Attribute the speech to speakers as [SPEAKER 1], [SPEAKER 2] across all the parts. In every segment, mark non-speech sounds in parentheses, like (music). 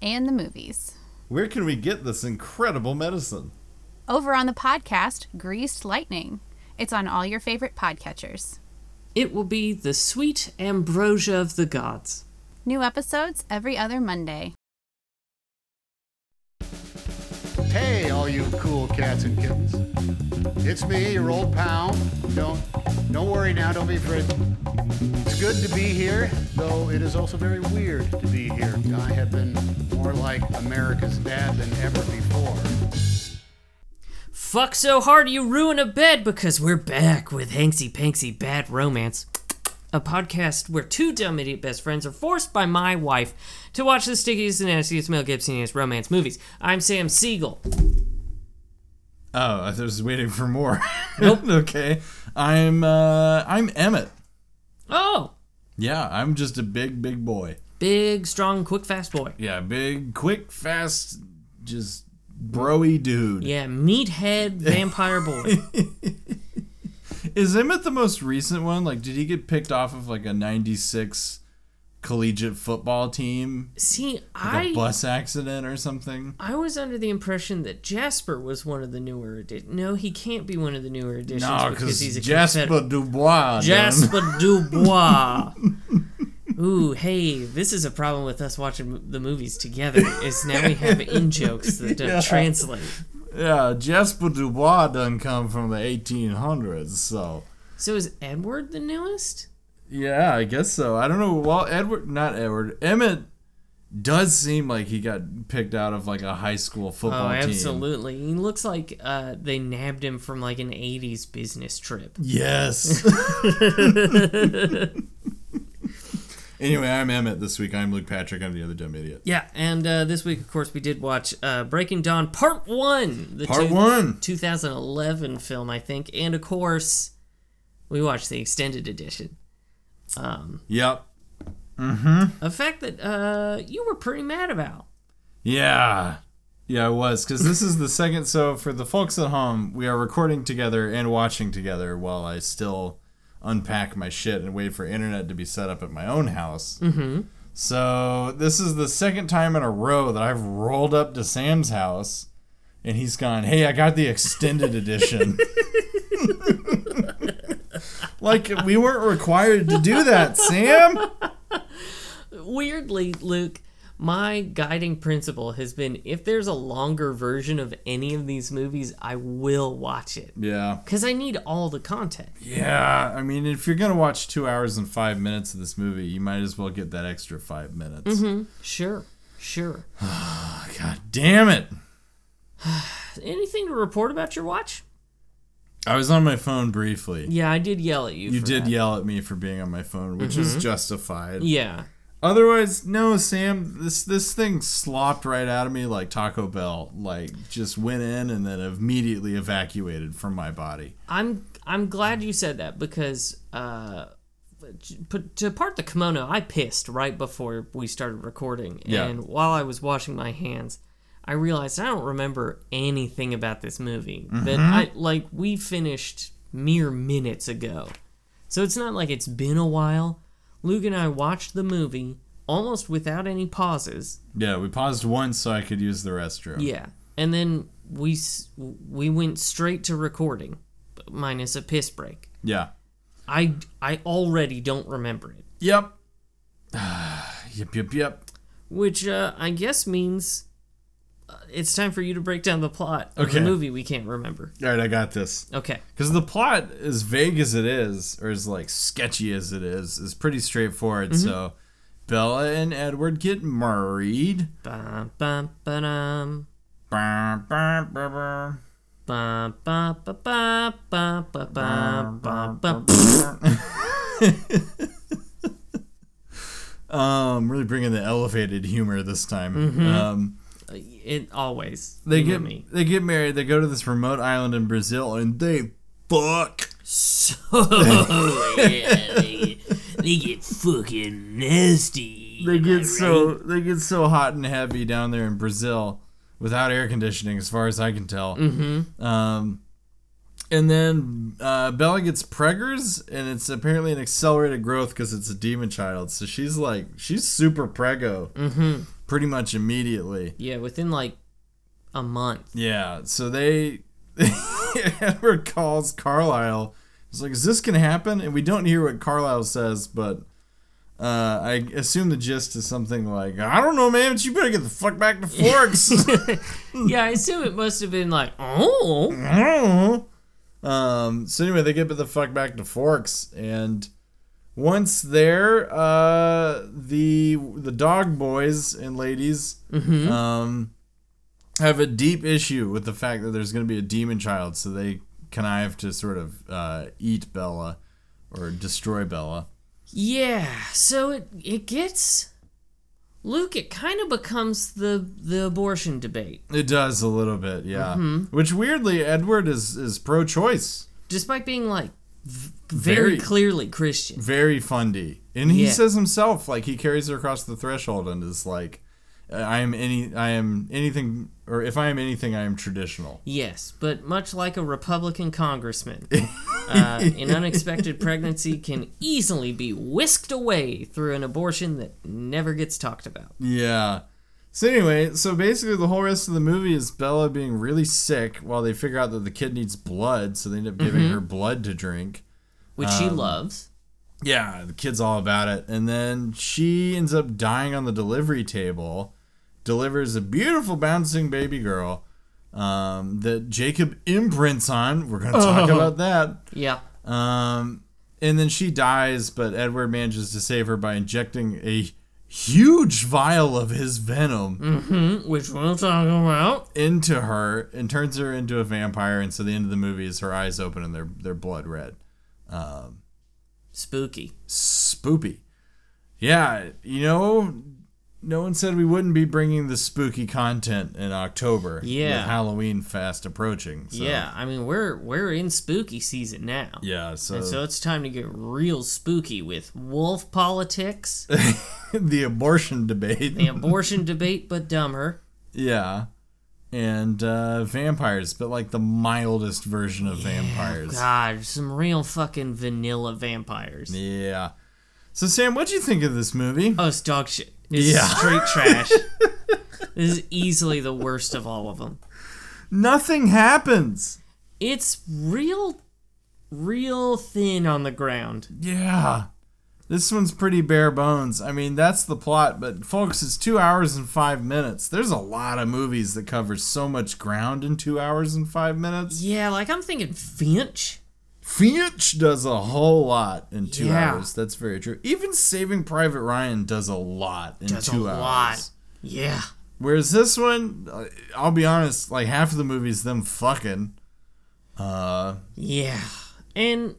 [SPEAKER 1] and the movies.
[SPEAKER 2] Where can we get this incredible medicine?
[SPEAKER 1] Over on the podcast, Greased Lightning. It's on all your favorite podcatchers.
[SPEAKER 3] It will be the sweet ambrosia of the gods.
[SPEAKER 1] New episodes every other Monday.
[SPEAKER 4] Hey, all you cool cats and kittens. It's me, your old pal. Don't, don't worry now, don't be afraid. It's good to be here, though it is also very weird to be here. I have been more like America's dad than ever before.
[SPEAKER 3] Fuck so hard you ruin a bed because we're back with Hanksy Panksy Bad Romance, a podcast where two dumb idiot best friends are forced by my wife to watch the stickiest and nastiest Mel Gibsoniest romance movies. I'm Sam Siegel.
[SPEAKER 2] Oh, I was waiting for more. (laughs)
[SPEAKER 3] Nope.
[SPEAKER 2] okay. I'm uh I'm Emmett.
[SPEAKER 3] Oh!
[SPEAKER 2] Yeah, I'm just a big big boy.
[SPEAKER 3] Big, strong, quick, fast boy.
[SPEAKER 2] Yeah, big, quick, fast, just broy dude. (laughs)
[SPEAKER 3] Yeah, meathead vampire boy.
[SPEAKER 2] Is Emmett the most recent one? Like, did he get picked off of like a '96 collegiate football team,
[SPEAKER 3] See,
[SPEAKER 2] like a
[SPEAKER 3] I
[SPEAKER 2] bus accident or something?
[SPEAKER 3] I was under the impression that Jasper was one of the newer editions. No, he can't be one of the newer editions
[SPEAKER 2] No,
[SPEAKER 3] because he's
[SPEAKER 2] because
[SPEAKER 3] a
[SPEAKER 2] Jasper (laughs)
[SPEAKER 3] Confederate.
[SPEAKER 2] Dubois. Jasper. (laughs)
[SPEAKER 3] Jasper Dubois. Ooh, hey, this is a problem with us watching mo- the movies together. Is now
[SPEAKER 2] (laughs)
[SPEAKER 3] we have in jokes that don't
[SPEAKER 2] Yeah.
[SPEAKER 3] translate.
[SPEAKER 2] (laughs) Yeah, Jasper Dubois doesn't come from the 1800s, so.
[SPEAKER 3] So is Edward the newest?
[SPEAKER 2] Yeah, I guess so. I don't know. Well, Edward, not Edward, Emmett does seem like he got picked out of like a high school
[SPEAKER 3] Oh,
[SPEAKER 2] football team.
[SPEAKER 3] absolutely. He looks like uh, they nabbed him from like an '80s business trip. (laughs)
[SPEAKER 2] Yes. anyway, I'm Emmett this week. I'm Luke Patrick. I'm the other dumb idiot.
[SPEAKER 3] Yeah, and uh, this week, of course, we did watch uh, Breaking Dawn Part One, the
[SPEAKER 2] Part
[SPEAKER 3] two-
[SPEAKER 2] one.
[SPEAKER 3] 2011 film, I think, and of course, we watched the extended edition.
[SPEAKER 2] Yep.
[SPEAKER 3] A fact that uh, you were pretty mad about.
[SPEAKER 2] Yeah. Yeah, I was. Because this is the second. So, for the folks at home, we are recording together and watching together while I still unpack my shit and wait for internet to be set up at my own house. Mm-hmm. So, this is the second time in a row that I've rolled up to Sam's house and he's gone, Hey, I got the extended edition. (laughs) like, we weren't required to do that, Sam.
[SPEAKER 3] Weirdly, Luke, my guiding principle has been if there's a longer version of any of these movies, I will watch it
[SPEAKER 2] Yeah.
[SPEAKER 3] because I need all the content.
[SPEAKER 2] Yeah, I mean, if you're gonna watch two hours and five minutes of this movie, you might as well get that extra five minutes.
[SPEAKER 3] Mm-hmm.
[SPEAKER 2] Oh,
[SPEAKER 3] Sure, sure.
[SPEAKER 2] God damn it!
[SPEAKER 3] Anything to report about your watch?
[SPEAKER 2] I was on my phone briefly.
[SPEAKER 3] Yeah, I did yell at you.
[SPEAKER 2] You
[SPEAKER 3] for
[SPEAKER 2] did
[SPEAKER 3] that. Mm-hmm.
[SPEAKER 2] yell at me for being on my phone, which is justified.
[SPEAKER 3] Yeah.
[SPEAKER 2] Otherwise, no, Sam. This this thing slopped right out of me like Taco Bell. Like just went in and then immediately evacuated from my body.
[SPEAKER 3] I'm I'm glad you said that because uh, but to part the kimono, I pissed right before we started recording,
[SPEAKER 2] Yeah.
[SPEAKER 3] and while I was washing my hands, I realized I don't remember anything about this movie. That I like we finished mere minutes ago, so it's not like it's been a while. Luke and I watched the movie almost without any pauses.
[SPEAKER 2] Yeah, we paused once so I could use the restroom.
[SPEAKER 3] Yeah, and then we s- we went straight to recording, minus a piss break.
[SPEAKER 2] Yeah.
[SPEAKER 3] I I already don't remember it,
[SPEAKER 2] Yep. (sighs) yep. Yep. Yep.
[SPEAKER 3] which uh, I guess means uh, it's time for you to break down the plot of
[SPEAKER 2] Okay.
[SPEAKER 3] the movie we can't remember.
[SPEAKER 2] All right, I got this.
[SPEAKER 3] Okay.
[SPEAKER 2] Because the plot, as vague as it is, or as like sketchy as it is, is pretty straightforward. So, Bella and Edward get married.
[SPEAKER 3] Bum, bum, ba-dum.
[SPEAKER 2] Bah, bah, bah, bah.
[SPEAKER 3] Bum, bum, ba, ba, bum, ba, bum, bum, bum.
[SPEAKER 2] Um, really bringing the elevated humor this time. Um,
[SPEAKER 3] It always.
[SPEAKER 2] they
[SPEAKER 3] you know
[SPEAKER 2] get
[SPEAKER 3] me.
[SPEAKER 2] they get married. They go to this remote island in Brazil and they fuck. (laughs)
[SPEAKER 3] Oh yeah, they, they get fucking nasty.
[SPEAKER 2] They get so they get so hot and heavy down there in Brazil without air conditioning, as far as I can tell. Mm-hmm. Um, and then uh, Bella gets preggers, and it's apparently an accelerated growth because it's a demon child. So she's like she's super prego, mm-hmm. pretty much immediately.
[SPEAKER 3] Yeah, within like a month.
[SPEAKER 2] Yeah, so they (laughs) Edward calls Carlisle. He's like, "Is this gonna happen?" And we don't hear what Carlisle says, but uh, I assume the gist is something like, "I don't know, man, but you better get the fuck back to Forks." (laughs)
[SPEAKER 3] Yeah, I assume it must have been like, oh,
[SPEAKER 2] um, so anyway, they get the fuck back to Forks, and once there, uh, the the dog boys and ladies um, have a deep issue with the fact that there's going to be a demon child, so they connive to sort of uh, eat Bella or destroy Bella.
[SPEAKER 3] yeah. So it it gets Luke. It kind of becomes the the abortion debate,
[SPEAKER 2] It does a little bit, yeah. Which weirdly, Edward is is pro-choice.
[SPEAKER 3] despite being like v- very,
[SPEAKER 2] Very-
[SPEAKER 3] clearly Christian.
[SPEAKER 2] very fundy. And he
[SPEAKER 3] Yeah.
[SPEAKER 2] says himself, like he carries her across the threshold and is like, "I am any, I am anything, or if I am anything, I am traditional."
[SPEAKER 3] Yes, but much like a Republican (laughs) congressman, uh, an unexpected pregnancy can easily be whisked away through an abortion that never gets talked about.
[SPEAKER 2] Yeah. So anyway, so basically the whole rest of the movie is Bella being really sick while they figure out that the kid needs blood, so they end up giving her blood to drink.
[SPEAKER 3] which she loves.
[SPEAKER 2] Yeah, the kid's all about it. And then she ends up dying on the delivery table, delivers a beautiful bouncing baby girl um, that Jacob imprints on. We're going to talk about that.
[SPEAKER 3] Yeah.
[SPEAKER 2] Um, and then she dies, but Edward manages to save her by injecting a huge vial of his venom
[SPEAKER 3] mm, Which we'll talk about.
[SPEAKER 2] into her and turns her into a vampire. And so the end of the movie is her eyes open and their, their blood red.
[SPEAKER 3] Spooky.
[SPEAKER 2] spoopy. Yeah, you know, no one said we wouldn't be bringing the spooky content in October.
[SPEAKER 3] Yeah.
[SPEAKER 2] with Halloween fast approaching. So.
[SPEAKER 3] Yeah, I mean we're we're in spooky season now.
[SPEAKER 2] yeah. So,
[SPEAKER 3] And so it's time to get real spooky with wolf politics,
[SPEAKER 2] (laughs) the abortion debate.
[SPEAKER 3] the (laughs) abortion debate but dumber.
[SPEAKER 2] Yeah, and uh, vampires, but like the mildest version of vampires.
[SPEAKER 3] God, some real fucking vanilla vampires.
[SPEAKER 2] Yeah. So Sam, what'd you think of this movie?
[SPEAKER 3] Oh, it's dog shit. It's
[SPEAKER 2] Yeah. (laughs)
[SPEAKER 3] straight trash. this is easily the worst of all of them.
[SPEAKER 2] Nothing happens.
[SPEAKER 3] It's real, real thin on the ground.
[SPEAKER 2] Yeah. This one's pretty bare bones. I mean, that's the plot, but folks, it's two hours and five minutes. There's a lot of movies that cover so much ground in two hours and five minutes.
[SPEAKER 3] Yeah, like I'm thinking Finch.
[SPEAKER 2] Finch does a whole lot in two
[SPEAKER 3] Yeah.
[SPEAKER 2] hours. That's very true. Even Saving Private Ryan does a lot in
[SPEAKER 3] Does
[SPEAKER 2] two
[SPEAKER 3] a
[SPEAKER 2] hours.
[SPEAKER 3] lot. Yeah.
[SPEAKER 2] Whereas this one, uh, I'll be honest, like half of the movie's them fucking. Uh,
[SPEAKER 3] Yeah. And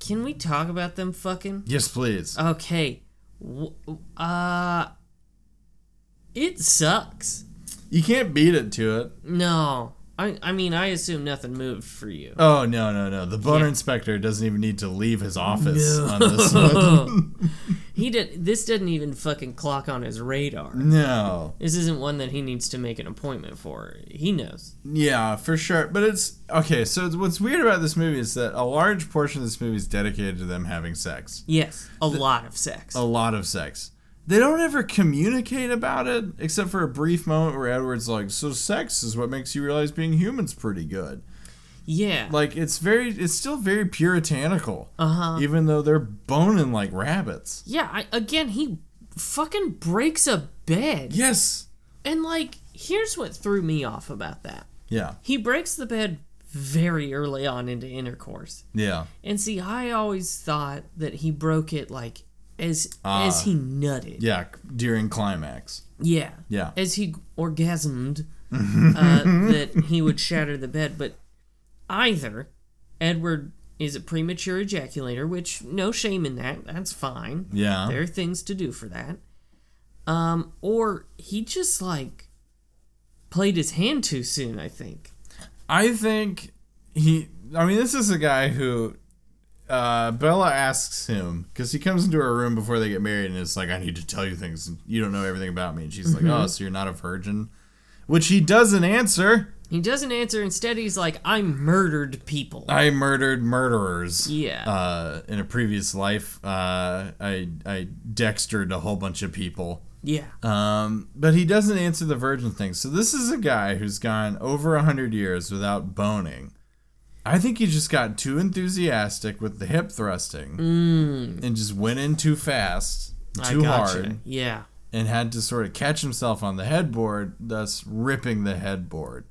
[SPEAKER 3] can we talk about them fucking?
[SPEAKER 2] yes, please.
[SPEAKER 3] Uh, Okay. W- uh It sucks.
[SPEAKER 2] You can't beat it to it.
[SPEAKER 3] No. I I mean, I assume nothing moved for you.
[SPEAKER 2] Oh no no no! The boner
[SPEAKER 3] Yeah.
[SPEAKER 2] inspector doesn't even need to leave his office on this one.
[SPEAKER 3] (laughs) He did this doesn't even fucking clock on his radar.
[SPEAKER 2] No,
[SPEAKER 3] This isn't one that he needs to make an appointment for. He knows.
[SPEAKER 2] yeah, for sure. But it's okay. So it's- what's weird about this movie is that a large portion of this movie is dedicated to them having sex.
[SPEAKER 3] Yes, a lot of sex.
[SPEAKER 2] A lot of sex. They don't ever communicate about it, except for a brief moment where Edward's like, "So sex is what makes you realize being human's pretty good."
[SPEAKER 3] yeah.
[SPEAKER 2] Like it's very, it's still very puritanical. Uh huh. Even though they're boning like rabbits.
[SPEAKER 3] yeah, I, again, he fucking breaks a bed.
[SPEAKER 2] Yes.
[SPEAKER 3] And like, here's what threw me off about that.
[SPEAKER 2] Yeah.
[SPEAKER 3] He breaks the bed very early on into intercourse.
[SPEAKER 2] Yeah.
[SPEAKER 3] And see, I always thought that he broke it like as as he nutted.
[SPEAKER 2] Yeah. During climax.
[SPEAKER 3] Yeah.
[SPEAKER 2] Yeah.
[SPEAKER 3] As he orgasmed,
[SPEAKER 2] (laughs)
[SPEAKER 3] uh, that he would shatter the bed. But either Edward is a premature ejaculator, which no shame in that. That's fine.
[SPEAKER 2] Yeah.
[SPEAKER 3] There are things to do for that. Um, or he just like played his hand too soon, I think.
[SPEAKER 2] I think he. I mean, this is a guy who uh, Bella asks him because he comes into her room before they get married and it's like, "I need to tell you things. And you don't know everything about me." And she's
[SPEAKER 3] Mm-hmm.
[SPEAKER 2] like, "Oh, so you're not a virgin," which he doesn't answer.
[SPEAKER 3] He doesn't answer. Instead, he's like, I murdered people.
[SPEAKER 2] I murdered murderers.
[SPEAKER 3] Yeah.
[SPEAKER 2] Uh, in a previous life, uh, I I dextered a whole bunch of people.
[SPEAKER 3] yeah.
[SPEAKER 2] Um, but he doesn't answer the virgin thing. So this is a guy who's gone over a hundred years without boning. I think he just got too enthusiastic with the hip thrusting and just went in too fast,
[SPEAKER 3] Mm. I
[SPEAKER 2] too
[SPEAKER 3] gotcha.
[SPEAKER 2] hard,
[SPEAKER 3] Yeah.
[SPEAKER 2] and had to sort of catch himself on the headboard, thus ripping the headboard.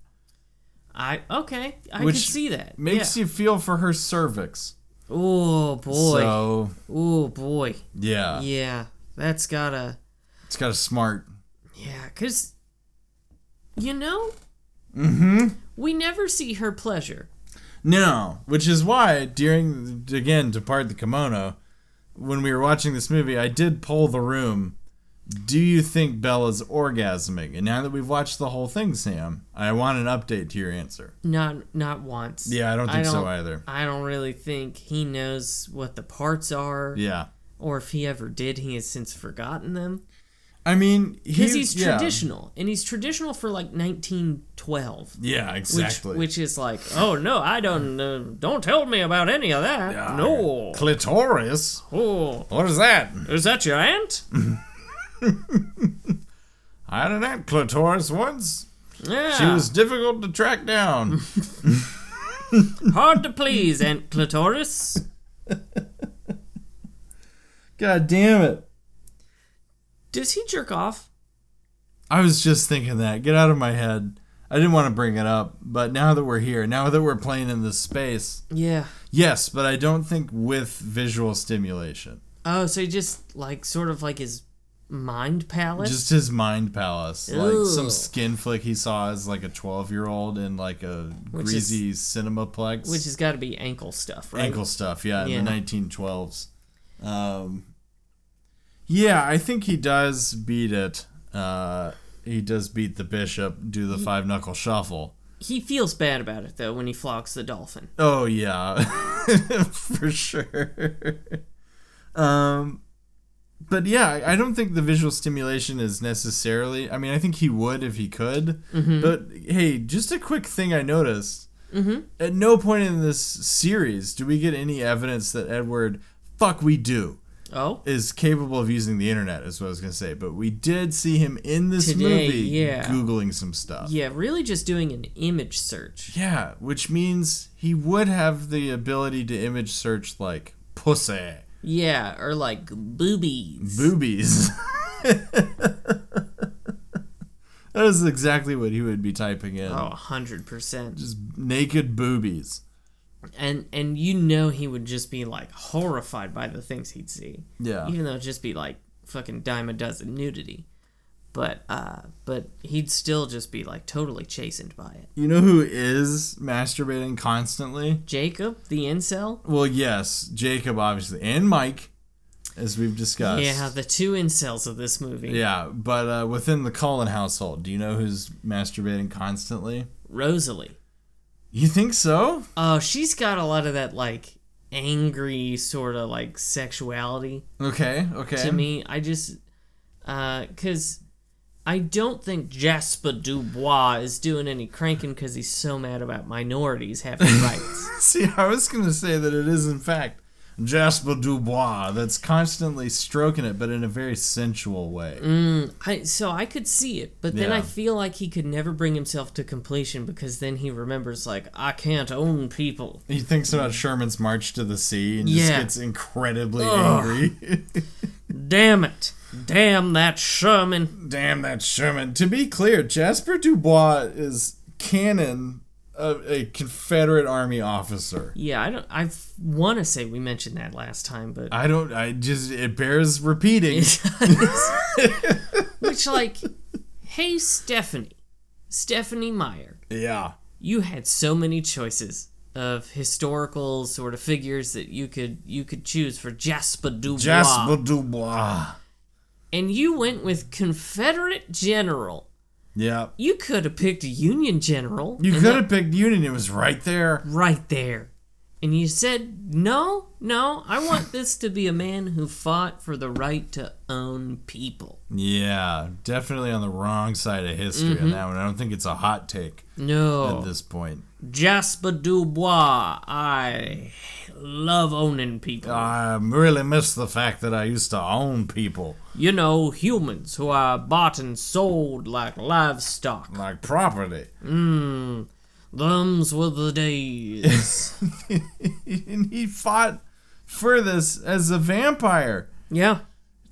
[SPEAKER 3] I okay. I
[SPEAKER 2] Which
[SPEAKER 3] could see that.
[SPEAKER 2] Makes you feel for her cervix.
[SPEAKER 3] you. Oh boy.
[SPEAKER 2] So
[SPEAKER 3] oh boy.
[SPEAKER 2] yeah,
[SPEAKER 3] Yeah. That's gotta.
[SPEAKER 2] it's got a smart.
[SPEAKER 3] Yeah, cause you know. Mm-hmm. We never see her pleasure.
[SPEAKER 2] No, which is why during again to part the kimono, when we were watching this movie, I did poll the room. Do you think Bella's orgasming? And now that we've watched the whole thing, Sam, I want an update to your answer.
[SPEAKER 3] Not not once.
[SPEAKER 2] Yeah, I don't think so either.
[SPEAKER 3] I don't really think he knows what the parts are,
[SPEAKER 2] Yeah,
[SPEAKER 3] or if he ever did, he has since forgotten them.
[SPEAKER 2] I mean, he-
[SPEAKER 3] Because he's
[SPEAKER 2] yeah.
[SPEAKER 3] traditional, and he's traditional for like 1912.
[SPEAKER 2] Yeah, exactly.
[SPEAKER 3] Which, which is like, oh no, I don't, uh, don't tell me about any of that.
[SPEAKER 2] Yeah.
[SPEAKER 3] No.
[SPEAKER 2] clitoris?
[SPEAKER 3] Oh,
[SPEAKER 2] What is that?
[SPEAKER 3] is that your aunt?
[SPEAKER 2] I had that clitoris once.
[SPEAKER 3] Yeah.
[SPEAKER 2] She was difficult to track down. (laughs)
[SPEAKER 3] hard to please, Aunt Clitoris.
[SPEAKER 2] God damn it!
[SPEAKER 3] Does he jerk off?
[SPEAKER 2] I was just thinking that. Get out of my head. I didn't want to bring it up, but now that we're here, now that we're playing in this space,
[SPEAKER 3] Yeah.
[SPEAKER 2] yes, but I don't think with visual stimulation.
[SPEAKER 3] Oh, so he just like sort of like his mind palette.
[SPEAKER 2] Just his mind palace,
[SPEAKER 3] Ew.
[SPEAKER 2] like some skin flick he saw as like a twelve-year-old in like a
[SPEAKER 3] Which is-
[SPEAKER 2] greasy cinemaplex,
[SPEAKER 3] which has got to be ankle stuff, right?
[SPEAKER 2] ankle stuff, yeah, in
[SPEAKER 3] Yeah.
[SPEAKER 2] the nineteen twelves. Um, yeah, I think he does beat it. Uh, he does beat the bishop. Do the five knuckle shuffle.
[SPEAKER 3] He feels bad about it though when he flogs the dolphin.
[SPEAKER 2] Oh yeah, (laughs) for sure. Um, but yeah, I- I don't think the visual stimulation is necessarily. I mean, I think he would if he could.
[SPEAKER 3] Mm-hmm.
[SPEAKER 2] But hey, just a quick thing I noticed. Mm-hmm. At no point in this series do we get any evidence that Edward, fuck, we do,
[SPEAKER 3] Oh,
[SPEAKER 2] is capable of using the internet. Is what I was gonna say. But we did see him in this
[SPEAKER 3] Today,
[SPEAKER 2] movie
[SPEAKER 3] yeah.
[SPEAKER 2] googling some stuff.
[SPEAKER 3] yeah, really just doing an image search.
[SPEAKER 2] Yeah, which means he would have the ability to image search like pussy,
[SPEAKER 3] Yeah, or like boobies.
[SPEAKER 2] boobies. (laughs) that is exactly what he would be typing in.
[SPEAKER 3] Oh, hundred percent.
[SPEAKER 2] Just naked boobies.
[SPEAKER 3] And and you know he would just be like horrified by the things he'd see.
[SPEAKER 2] Yeah.
[SPEAKER 3] Even though it'd just be like fucking dime a dozen nudity. But uh but he'd still just be like totally chastened by it.
[SPEAKER 2] You know who is masturbating constantly?
[SPEAKER 3] Jacob, the incel?
[SPEAKER 2] Well, yes, Jacob obviously and Mike as we've discussed.
[SPEAKER 3] Yeah, the two incels of this movie.
[SPEAKER 2] Yeah, but uh, within the Cullen household, do you know who's masturbating constantly?
[SPEAKER 3] Rosalie.
[SPEAKER 2] You think so?
[SPEAKER 3] Oh, she's got a lot of that like angry sort of like sexuality.
[SPEAKER 2] Okay, okay.
[SPEAKER 3] to me. I just because I don't think Jasper Dubois is doing any cranking because he's so mad about
[SPEAKER 2] (laughs)
[SPEAKER 3] minorities having rights.
[SPEAKER 2] See, I was going to say that it is, in fact, Jasper Dubois that's constantly stroking it, but in a very sensual way.
[SPEAKER 3] Mm. I, so I could see it, but then I
[SPEAKER 2] Yeah.
[SPEAKER 3] feel like he could never bring himself to completion because then he remembers like I can't own people.
[SPEAKER 2] He thinks about Sherman's March to the Sea and
[SPEAKER 3] Yeah.
[SPEAKER 2] just gets incredibly angry. (laughs)
[SPEAKER 3] Damn it! Damn that Sherman!
[SPEAKER 2] Damn that Sherman. To be clear, Jasper Dubois is canon of a Confederate Army officer.
[SPEAKER 3] Yeah, I don't. I want to say we mentioned that last time, but
[SPEAKER 2] I don't, I just, it bears repeating.
[SPEAKER 3] (laughs) which like, hey Stephanie, Stephanie Meyer,
[SPEAKER 2] yeah.
[SPEAKER 3] you had so many choices of historical sort of figures that you could you could choose for Jasper Dubois.
[SPEAKER 2] Jasper Dubois.
[SPEAKER 3] And you went with Confederate general.
[SPEAKER 2] Yeah.
[SPEAKER 3] You could have picked a Union general.
[SPEAKER 2] You
[SPEAKER 3] and
[SPEAKER 2] could have picked Union. It was right there.
[SPEAKER 3] that- right there. And you said, "No, no, I want (laughs) this to be a man who fought for the right to own people."
[SPEAKER 2] Yeah. Definitely on the wrong side of history
[SPEAKER 3] Mm-hmm.
[SPEAKER 2] on that one. I don't think it's a hot take
[SPEAKER 3] No.
[SPEAKER 2] at this point.
[SPEAKER 3] Jasper Dubois. I love owning people.
[SPEAKER 2] I really miss the fact that I used to own people
[SPEAKER 3] you know, humans who are bought and sold like livestock.
[SPEAKER 2] like property. (laughs)
[SPEAKER 3] Them's were the
[SPEAKER 2] (laughs)
[SPEAKER 3] days.
[SPEAKER 2] and he fought for this as a vampire.
[SPEAKER 3] yeah,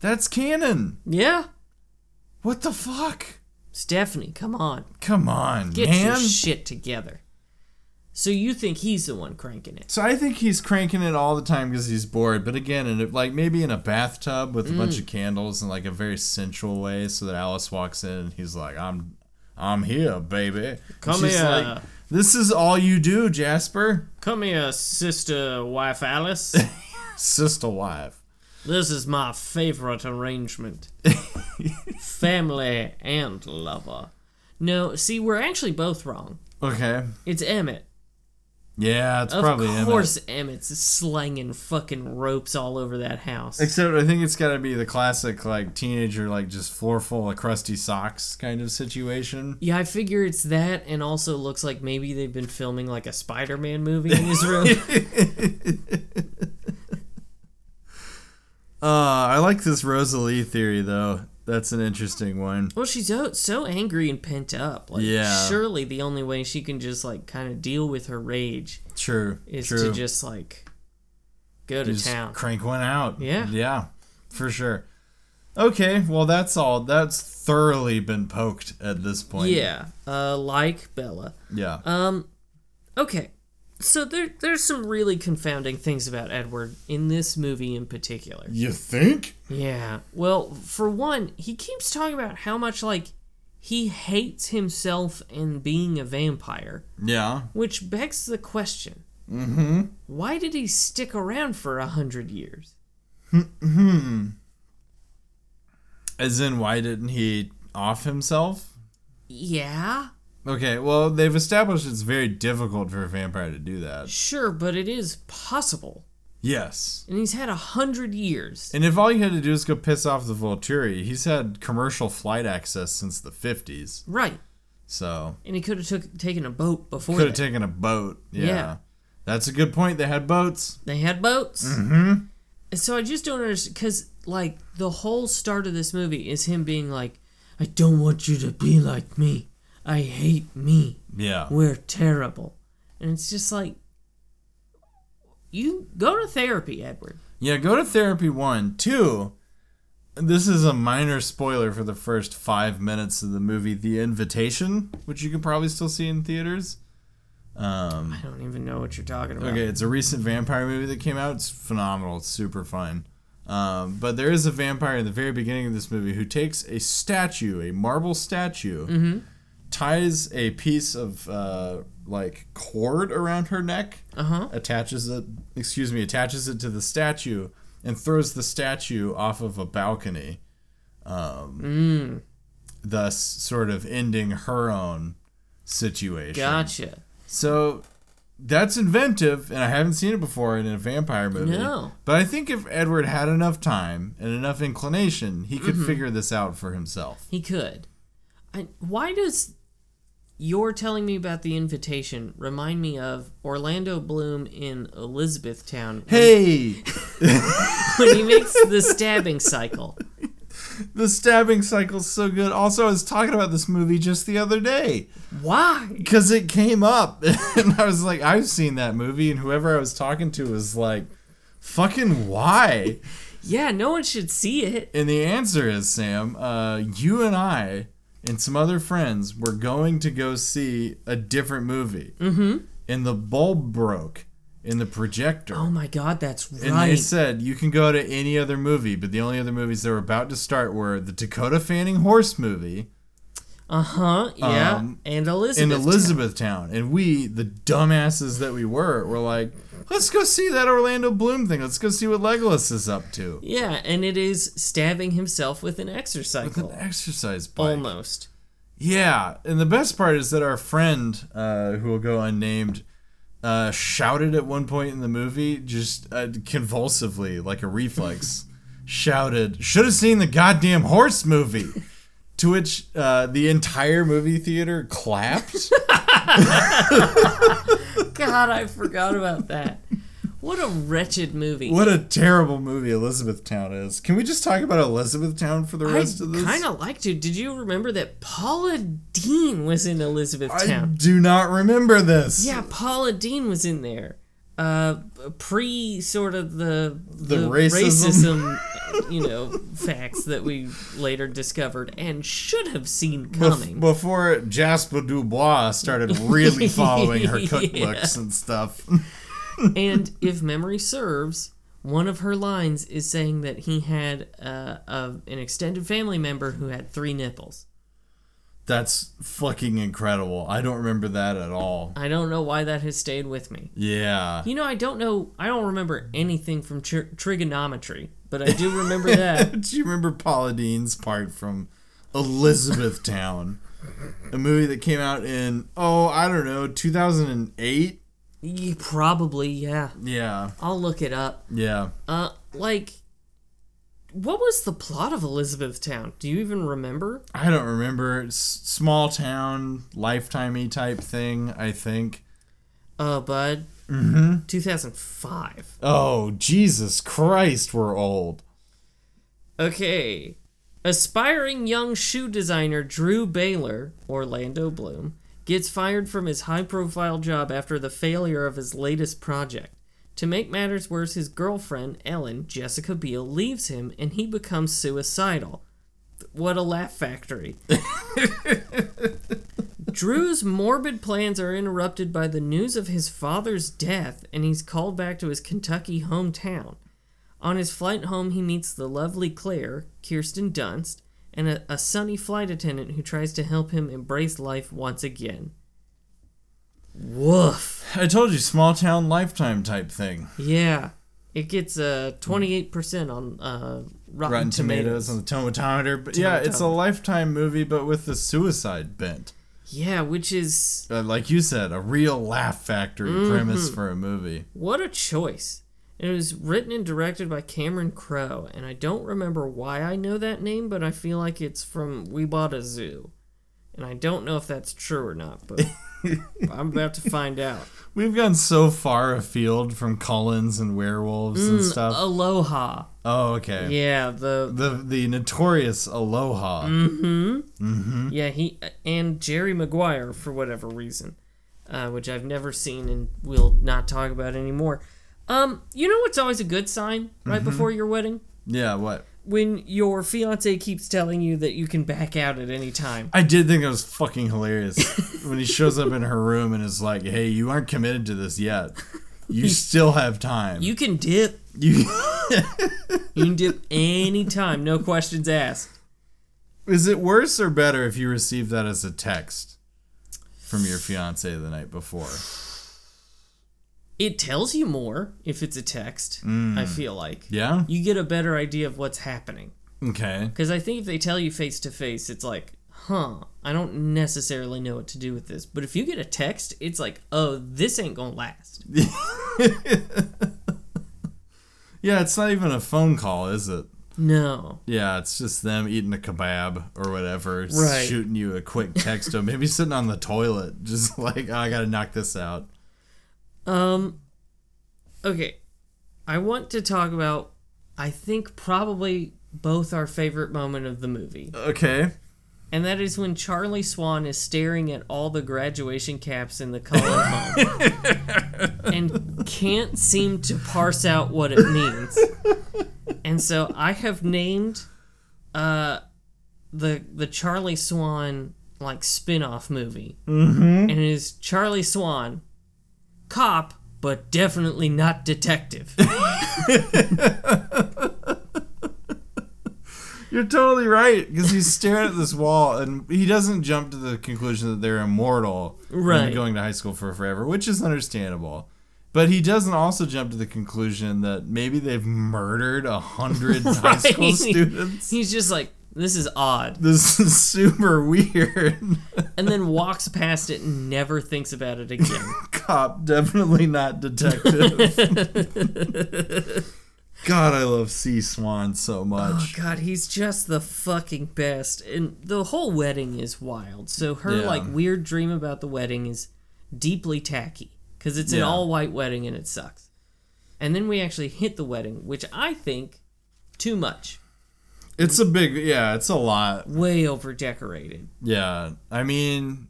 [SPEAKER 2] That's canon.
[SPEAKER 3] yeah.
[SPEAKER 2] What the fuck?
[SPEAKER 3] Stephanie, come on.
[SPEAKER 2] Come on,
[SPEAKER 3] Get your
[SPEAKER 2] man.
[SPEAKER 3] shit together. So you think he's the one cranking it?
[SPEAKER 2] so I think he's cranking it all the time because he's bored. But again, in a, like maybe in a bathtub with a
[SPEAKER 3] Mm.
[SPEAKER 2] bunch of candles in like a very sensual way, so that Alice walks in and he's like, "I'm, I'm here, baby." And
[SPEAKER 3] Come
[SPEAKER 2] she's
[SPEAKER 3] here.
[SPEAKER 2] like, this is all you do, Jasper,
[SPEAKER 3] Come here, sister
[SPEAKER 2] (laughs)
[SPEAKER 3] wife Alice.
[SPEAKER 2] sister wife.
[SPEAKER 3] this is my
[SPEAKER 2] (laughs)
[SPEAKER 3] favorite arrangement. Family and lover. No, see, we're actually both wrong.
[SPEAKER 2] Okay.
[SPEAKER 3] It's Emmett.
[SPEAKER 2] Yeah, it's
[SPEAKER 3] Of
[SPEAKER 2] probably Emmett.
[SPEAKER 3] course, Emmett's slanging fucking ropes all over that house.
[SPEAKER 2] Except I think it's got to be the classic like teenager like just floor full of crusty socks kind of situation.
[SPEAKER 3] yeah, I figure it's that, and also looks like maybe they've been filming like a Spider-Man movie in
[SPEAKER 2] (laughs)
[SPEAKER 3] his room.
[SPEAKER 2] (laughs) Uh, I like this Rosalie theory though. That's an interesting one.
[SPEAKER 3] well, she's so, so angry and pent up. Like,
[SPEAKER 2] Yeah.
[SPEAKER 3] surely the only way she can just like kind of deal with her rage
[SPEAKER 2] True.
[SPEAKER 3] is
[SPEAKER 2] true.
[SPEAKER 3] to just like go to
[SPEAKER 2] Just
[SPEAKER 3] town.
[SPEAKER 2] crank one out.
[SPEAKER 3] Yeah.
[SPEAKER 2] Yeah. For sure. Okay, well that's all. That's thoroughly been poked at this point.
[SPEAKER 3] yeah, uh, like Bella.
[SPEAKER 2] Yeah.
[SPEAKER 3] Um, okay. So there, there's some really confounding things about Edward in this movie in particular.
[SPEAKER 2] you think?
[SPEAKER 3] Yeah. Well, for one, he keeps talking about how much like he hates himself and being a vampire,
[SPEAKER 2] Yeah.
[SPEAKER 3] which begs the question: Mm-hmm. Why did he stick around for a hundred years?
[SPEAKER 2] As in why didn't he off himself?
[SPEAKER 3] Yeah,
[SPEAKER 2] Okay, well, they've established it's very difficult for a vampire to do that.
[SPEAKER 3] sure, but it is possible,
[SPEAKER 2] Yes.
[SPEAKER 3] and he's had a hundred years.
[SPEAKER 2] And if all you had to do is go piss off the Volturi, he's had commercial flight access since the 50s.
[SPEAKER 3] Right,
[SPEAKER 2] So,
[SPEAKER 3] and he could have took taken a boat before.
[SPEAKER 2] could have
[SPEAKER 3] that.
[SPEAKER 2] taken a boat. Yeah.
[SPEAKER 3] Yeah.
[SPEAKER 2] That's a good point. They had boats.
[SPEAKER 3] They had boats. Mm-hmm. So I just don't understand because, like, the whole start of this movie is him being like, "I don't want you to be like me. I hate me.
[SPEAKER 2] Yeah.
[SPEAKER 3] We're terrible." And it's just like, you go to therapy, Edward.
[SPEAKER 2] Yeah, go to therapy one. Two, this is a minor spoiler for the first five minutes of the movie The Invitation, which you can probably still see in theaters. Um,
[SPEAKER 3] I don't even know what you're talking about.
[SPEAKER 2] okay, it's a recent vampire movie that came out. It's phenomenal. It's super fun. Um, but there is a vampire in the very beginning of this movie who takes a statue, a marble statue,
[SPEAKER 3] Mm-hmm.
[SPEAKER 2] ties a piece of uh, like cord around her neck, uh-huh. attaches it, excuse me, attaches it to the statue, and throws the statue off of a balcony,
[SPEAKER 3] Mm.
[SPEAKER 2] um, thus sort of ending her own situation.
[SPEAKER 3] Gotcha.
[SPEAKER 2] So that's inventive, and I haven't seen it before in a vampire movie.
[SPEAKER 3] No.
[SPEAKER 2] But I think if Edward had enough time and enough inclination, he could figure this out for himself.
[SPEAKER 3] He could. I, why does your telling me about the invitation remind me of Orlando Bloom in Elizabethtown? when
[SPEAKER 2] Hey,
[SPEAKER 3] when he makes the stabbing cycle.
[SPEAKER 2] the stabbing cycle's so good. Also, I was talking about this movie just the other day
[SPEAKER 3] Why?
[SPEAKER 2] because it came up, (laughs) and I was like, I've seen that movie, and whoever I was talking to was like, fucking why?
[SPEAKER 3] Yeah, no one should see it.
[SPEAKER 2] And the answer is, Sam, uh, you and I and some other friends were going to go see a different movie. Mm-hmm. And the bulb broke in the projector.
[SPEAKER 3] Oh my god, that's
[SPEAKER 2] and
[SPEAKER 3] right.
[SPEAKER 2] they said, you can go to any other movie, but the only other movies that were about to start were the Dakota Fanning Horse movie,
[SPEAKER 3] Uh huh. Yeah.
[SPEAKER 2] Um, in
[SPEAKER 3] and Elizabeth.
[SPEAKER 2] Elizabethtown. And we, the dumbasses that we were, were like, let's go see that Orlando Bloom thing. Let's go see what Legolas is up to.
[SPEAKER 3] Yeah, and it is stabbing himself with an exercise
[SPEAKER 2] An
[SPEAKER 3] ball.
[SPEAKER 2] exercise
[SPEAKER 3] Oh
[SPEAKER 2] bike.
[SPEAKER 3] Almost.
[SPEAKER 2] Yeah, and the best part is that our friend, uh, who will go unnamed, uh, shouted at one point in the movie, just uh, convulsively, like a
[SPEAKER 3] (laughs)
[SPEAKER 2] reflex, shouted, "Should have seen the goddamn horse movie." To which uh, the entire movie theater
[SPEAKER 3] (laughs)
[SPEAKER 2] clapped.
[SPEAKER 3] God, I forgot about that. What a wretched movie.
[SPEAKER 2] what a terrible movie Elizabethtown is. Can we just talk about Elizabethtown for the
[SPEAKER 3] I
[SPEAKER 2] rest of this?
[SPEAKER 3] kind of liked it. Did you remember that Paula Dean was in
[SPEAKER 2] I
[SPEAKER 3] Elizabethtown?
[SPEAKER 2] do not remember this.
[SPEAKER 3] Yeah, Paula Dean was in there. Uh, pre sort of the the,
[SPEAKER 2] racism. (laughs)
[SPEAKER 3] racism, you know, facts that we later discovered and should have seen
[SPEAKER 2] Bef-
[SPEAKER 3] coming.
[SPEAKER 2] before Jasper Dubois started really following her cookbooks and stuff.
[SPEAKER 3] and if memory serves, one of her lines is saying that he had uh, a, an extended family member who had three nipples.
[SPEAKER 2] That's fucking incredible. I don't remember that at all.
[SPEAKER 3] I don't know why that has stayed with me.
[SPEAKER 2] Yeah.
[SPEAKER 3] You know, I don't know. I don't remember anything from tr- trigonometry, but I do
[SPEAKER 2] (laughs)
[SPEAKER 3] remember
[SPEAKER 2] (laughs)
[SPEAKER 3] that.
[SPEAKER 2] Do you remember Paula Dean's part from Elizabethtown? a movie that came out in, oh, I don't know, 2008?
[SPEAKER 3] Ye- probably, yeah.
[SPEAKER 2] Yeah.
[SPEAKER 3] I'll look it up.
[SPEAKER 2] Yeah.
[SPEAKER 3] Uh, like, what was the plot of Elizabethtown? Do you even remember?
[SPEAKER 2] I don't remember. It's small town, lifetimey type thing, I think.
[SPEAKER 3] Uh, bud. Mm-hmm. 2005.
[SPEAKER 2] Oh, Jesus Christ, we're old.
[SPEAKER 3] Okay. Aspiring young shoe designer Drew Baylor, Orlando Bloom, gets fired from his high profile job after the failure of his latest project. To make matters worse, his girlfriend, Ellen Jessica Biel, leaves him and he becomes suicidal. What a laugh factory. Drew's morbid plans are interrupted by the news of his father's death, and he's called back to his Kentucky hometown. On his flight home, he meets the lovely Claire, Kirsten Dunst, and a, a sunny flight attendant who tries to help him embrace life once again. Woof.
[SPEAKER 2] I told you, small town, lifetime type thing.
[SPEAKER 3] Yeah. It gets uh, 28% on uh, Rotten,
[SPEAKER 2] Rotten
[SPEAKER 3] Tomatoes.
[SPEAKER 2] Tomatoes on the tomatometer. But yeah, it's a lifetime movie, but with the suicide bent.
[SPEAKER 3] Yeah, which is.
[SPEAKER 2] Uh, like you said, a real laugh factory
[SPEAKER 3] Mm-hmm.
[SPEAKER 2] premise for a movie.
[SPEAKER 3] What a choice. It was written and directed by Cameron Crowe, and I don't remember why I know that name, but I feel like it's from We Bought a Zoo. And I don't know if that's true or not, but I'm about to find out.
[SPEAKER 2] We've gone so far afield from Collins and werewolves and stuff.
[SPEAKER 3] Aloha.
[SPEAKER 2] oh, okay.
[SPEAKER 3] Mm, Yeah, the
[SPEAKER 2] The the notorious Aloha.
[SPEAKER 3] Mm. yeah he and Jerry Maguire for whatever reason, uh, which I've never seen and will not talk about anymore. Um, you know what's always a good sign right before your wedding
[SPEAKER 2] Yeah, what?
[SPEAKER 3] when your fiance keeps telling you that you can back out at any time.
[SPEAKER 2] I did think it was fucking
[SPEAKER 3] (laughs)
[SPEAKER 2] hilarious when he shows up in her room and is like, "Hey, you aren't committed to this yet.
[SPEAKER 3] (laughs)
[SPEAKER 2] You still have time."
[SPEAKER 3] You can dip.
[SPEAKER 2] you
[SPEAKER 3] You can dip (laughs) any time, no questions asked.
[SPEAKER 2] Is it worse or better if you receive that as a text from your fiance the night before?
[SPEAKER 3] It tells you more if it's a text. I feel like
[SPEAKER 2] Yeah?
[SPEAKER 3] you get a better idea of what's happening.
[SPEAKER 2] Okay.
[SPEAKER 3] Because I think if they tell you face to face, it's like, huh, I don't necessarily know what to do with this. But if you get a text, it's like, oh, this ain't gonna last.
[SPEAKER 2] Yeah, it's not even a phone call, is it?
[SPEAKER 3] No.
[SPEAKER 2] Yeah, it's just them eating a kebab or whatever, s-
[SPEAKER 3] Right.
[SPEAKER 2] shooting you a quick text or maybe sitting on the toilet, just (laughs) like, oh, I gotta knock this out.
[SPEAKER 3] Um. Okay. I want to talk about, I think, probably both our favorite moment of the movie.
[SPEAKER 2] Okay.
[SPEAKER 3] And that is when Charlie Swan is staring at all the graduation caps in the Cullen
[SPEAKER 2] (laughs)
[SPEAKER 3] home and can't seem to parse out what it means. And so I have named uh, the the Charlie Swan like spin-off movie. Mm-hmm. And it is Charlie Swan, cop, but definitely not detective.
[SPEAKER 2] You're totally right because he's staring at this wall and he doesn't jump to the conclusion that they're immortal and
[SPEAKER 3] Right.
[SPEAKER 2] going to high school for forever, which is understandable. But he doesn't also jump to the conclusion that maybe they've murdered a
[SPEAKER 3] (laughs)
[SPEAKER 2] hundred (laughs) high school
[SPEAKER 3] Right.
[SPEAKER 2] students.
[SPEAKER 3] He's just like, this is odd.
[SPEAKER 2] This is super weird. (laughs)
[SPEAKER 3] And then walks past it and never thinks about it again.
[SPEAKER 2] Cop, definitely not
[SPEAKER 3] (laughs)
[SPEAKER 2] detective. God, I love Sea Swan so
[SPEAKER 3] Oh
[SPEAKER 2] much.
[SPEAKER 3] god, he's just the fucking best. And the whole wedding is wild. So her
[SPEAKER 2] Yeah.
[SPEAKER 3] like weird dream about the wedding is deeply tacky cuz it's an
[SPEAKER 2] Yeah.
[SPEAKER 3] all white wedding and it sucks. And then we actually hit the wedding, which I think too much.
[SPEAKER 2] It's a big, yeah, it's a lot.
[SPEAKER 3] Way over decorated.
[SPEAKER 2] Yeah, I mean,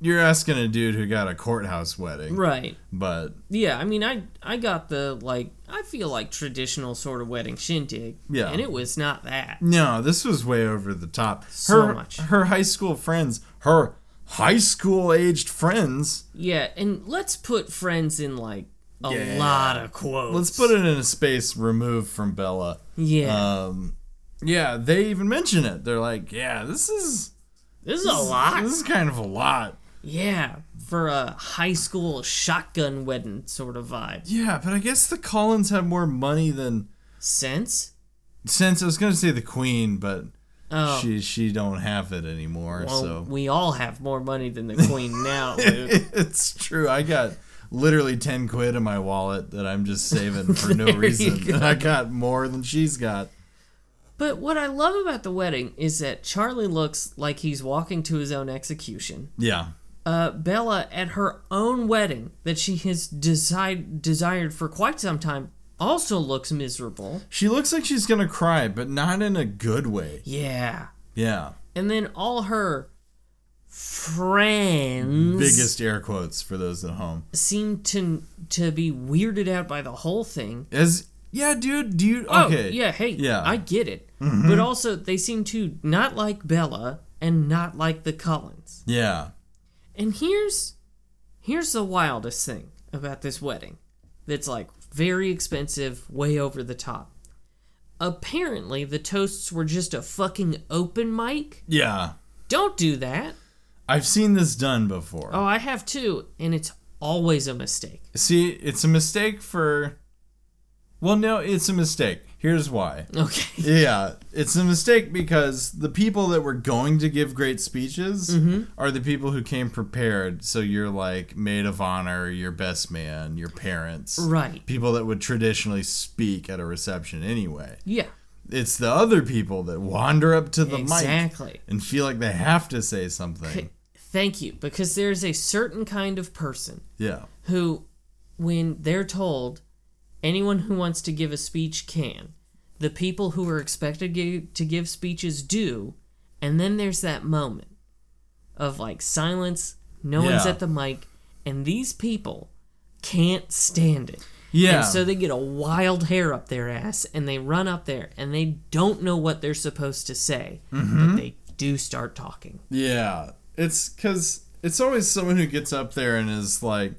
[SPEAKER 2] you're asking a dude who got a courthouse wedding,
[SPEAKER 3] Right.
[SPEAKER 2] but
[SPEAKER 3] Yeah, I mean I I got the like I feel like traditional sort of wedding shindig.
[SPEAKER 2] Yeah.
[SPEAKER 3] And it was not that.
[SPEAKER 2] no, this was way over the top. Her,
[SPEAKER 3] So much.
[SPEAKER 2] Her high school friends, her high school aged friends.
[SPEAKER 3] Yeah, and let's put friends in like a
[SPEAKER 2] Yeah.
[SPEAKER 3] lot of quotes.
[SPEAKER 2] Let's put it in a space removed from Bella.
[SPEAKER 3] Yeah.
[SPEAKER 2] Um, yeah, they even mention it. They're like, yeah, this is
[SPEAKER 3] this is a lot.
[SPEAKER 2] This is kind of a lot.
[SPEAKER 3] Yeah, for a high school shotgun wedding sort of vibe.
[SPEAKER 2] Yeah, but I guess the Collins have more money than
[SPEAKER 3] Sense?
[SPEAKER 2] since I was gonna say the Queen, but
[SPEAKER 3] Oh,
[SPEAKER 2] she she don't have it anymore.
[SPEAKER 3] well,
[SPEAKER 2] so
[SPEAKER 3] we all have more money than the queen now, Luke.
[SPEAKER 2] (laughs) it's true. I got literally ten quid in my wallet that I'm just saving for
[SPEAKER 3] (laughs)
[SPEAKER 2] no reason. And I got more than she's got.
[SPEAKER 3] But what I love about the wedding is that Charlie looks like he's walking to his own execution.
[SPEAKER 2] Yeah.
[SPEAKER 3] Uh, Bella, at her own wedding that she has decide- desired for quite some time, also looks miserable.
[SPEAKER 2] She looks like she's gonna cry, but not in a good way.
[SPEAKER 3] Yeah.
[SPEAKER 2] Yeah.
[SPEAKER 3] And then all her friends.
[SPEAKER 2] Biggest air quotes for those at home.
[SPEAKER 3] seemed to to be weirded out by the whole thing.
[SPEAKER 2] As yeah, dude, do you
[SPEAKER 3] Oh,
[SPEAKER 2] okay.
[SPEAKER 3] yeah, hey,
[SPEAKER 2] Yeah. Mm-hmm.
[SPEAKER 3] I get it. But also, they seem to not like Bella and not like the Cullens.
[SPEAKER 2] Yeah.
[SPEAKER 3] And here's here's the wildest thing about this wedding. That's like very expensive, way over the top. Apparently, the toasts were just a fucking open mic.
[SPEAKER 2] Yeah.
[SPEAKER 3] Don't do that.
[SPEAKER 2] I've seen this done before.
[SPEAKER 3] Oh, I have too, and it's always a mistake. (laughs)
[SPEAKER 2] See, it's a mistake for. Well, no, it's a mistake. Here's why.
[SPEAKER 3] Okay.
[SPEAKER 2] Yeah, it's a mistake because the people that were going to give great speeches
[SPEAKER 3] Mm-hmm.
[SPEAKER 2] are the people who came prepared. So you're like maid of honor, your best man, your parents.
[SPEAKER 3] Right.
[SPEAKER 2] People that would traditionally speak at a reception anyway.
[SPEAKER 3] Yeah.
[SPEAKER 2] It's the other people that wander up to the mic
[SPEAKER 3] exactly.
[SPEAKER 2] and feel like they have to say something.
[SPEAKER 3] Thank you, because there's a certain kind of person
[SPEAKER 2] Yeah.
[SPEAKER 3] who, when they're told anyone who wants to give a speech can, the people who are expected gi- to give speeches do, and then there's that moment of like silence, no one's
[SPEAKER 2] Yeah.
[SPEAKER 3] at the mic, and these people can't stand it.
[SPEAKER 2] Yeah.
[SPEAKER 3] And so they get a wild hair up their ass and they run up there and they don't know what they're supposed to say,
[SPEAKER 2] Mm-hmm.
[SPEAKER 3] but they do start talking.
[SPEAKER 2] Yeah, it's because it's always someone who gets up there and is like,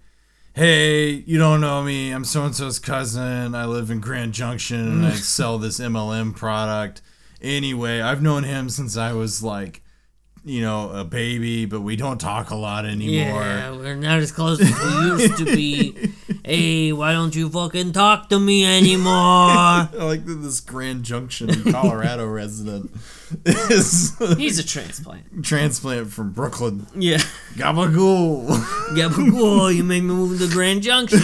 [SPEAKER 2] "Hey, you don't know me. I'm so and so's cousin. I live in Grand Junction and I sell this MLM product. Anyway, I've known him since I was like, you know, a baby, but we don't talk a lot anymore."
[SPEAKER 3] Yeah, we're not as close as we used
[SPEAKER 2] (laughs)
[SPEAKER 3] to be. Hey, why don't you fucking talk to me anymore?
[SPEAKER 2] I (laughs) like that this Grand Junction, Colorado resident is (laughs) a
[SPEAKER 3] He's a transplant.
[SPEAKER 2] transplant from Brooklyn.
[SPEAKER 3] Yeah.
[SPEAKER 2] Gabagool. (laughs)
[SPEAKER 3] Yeah, but whoa, you made me move to Grand Junction.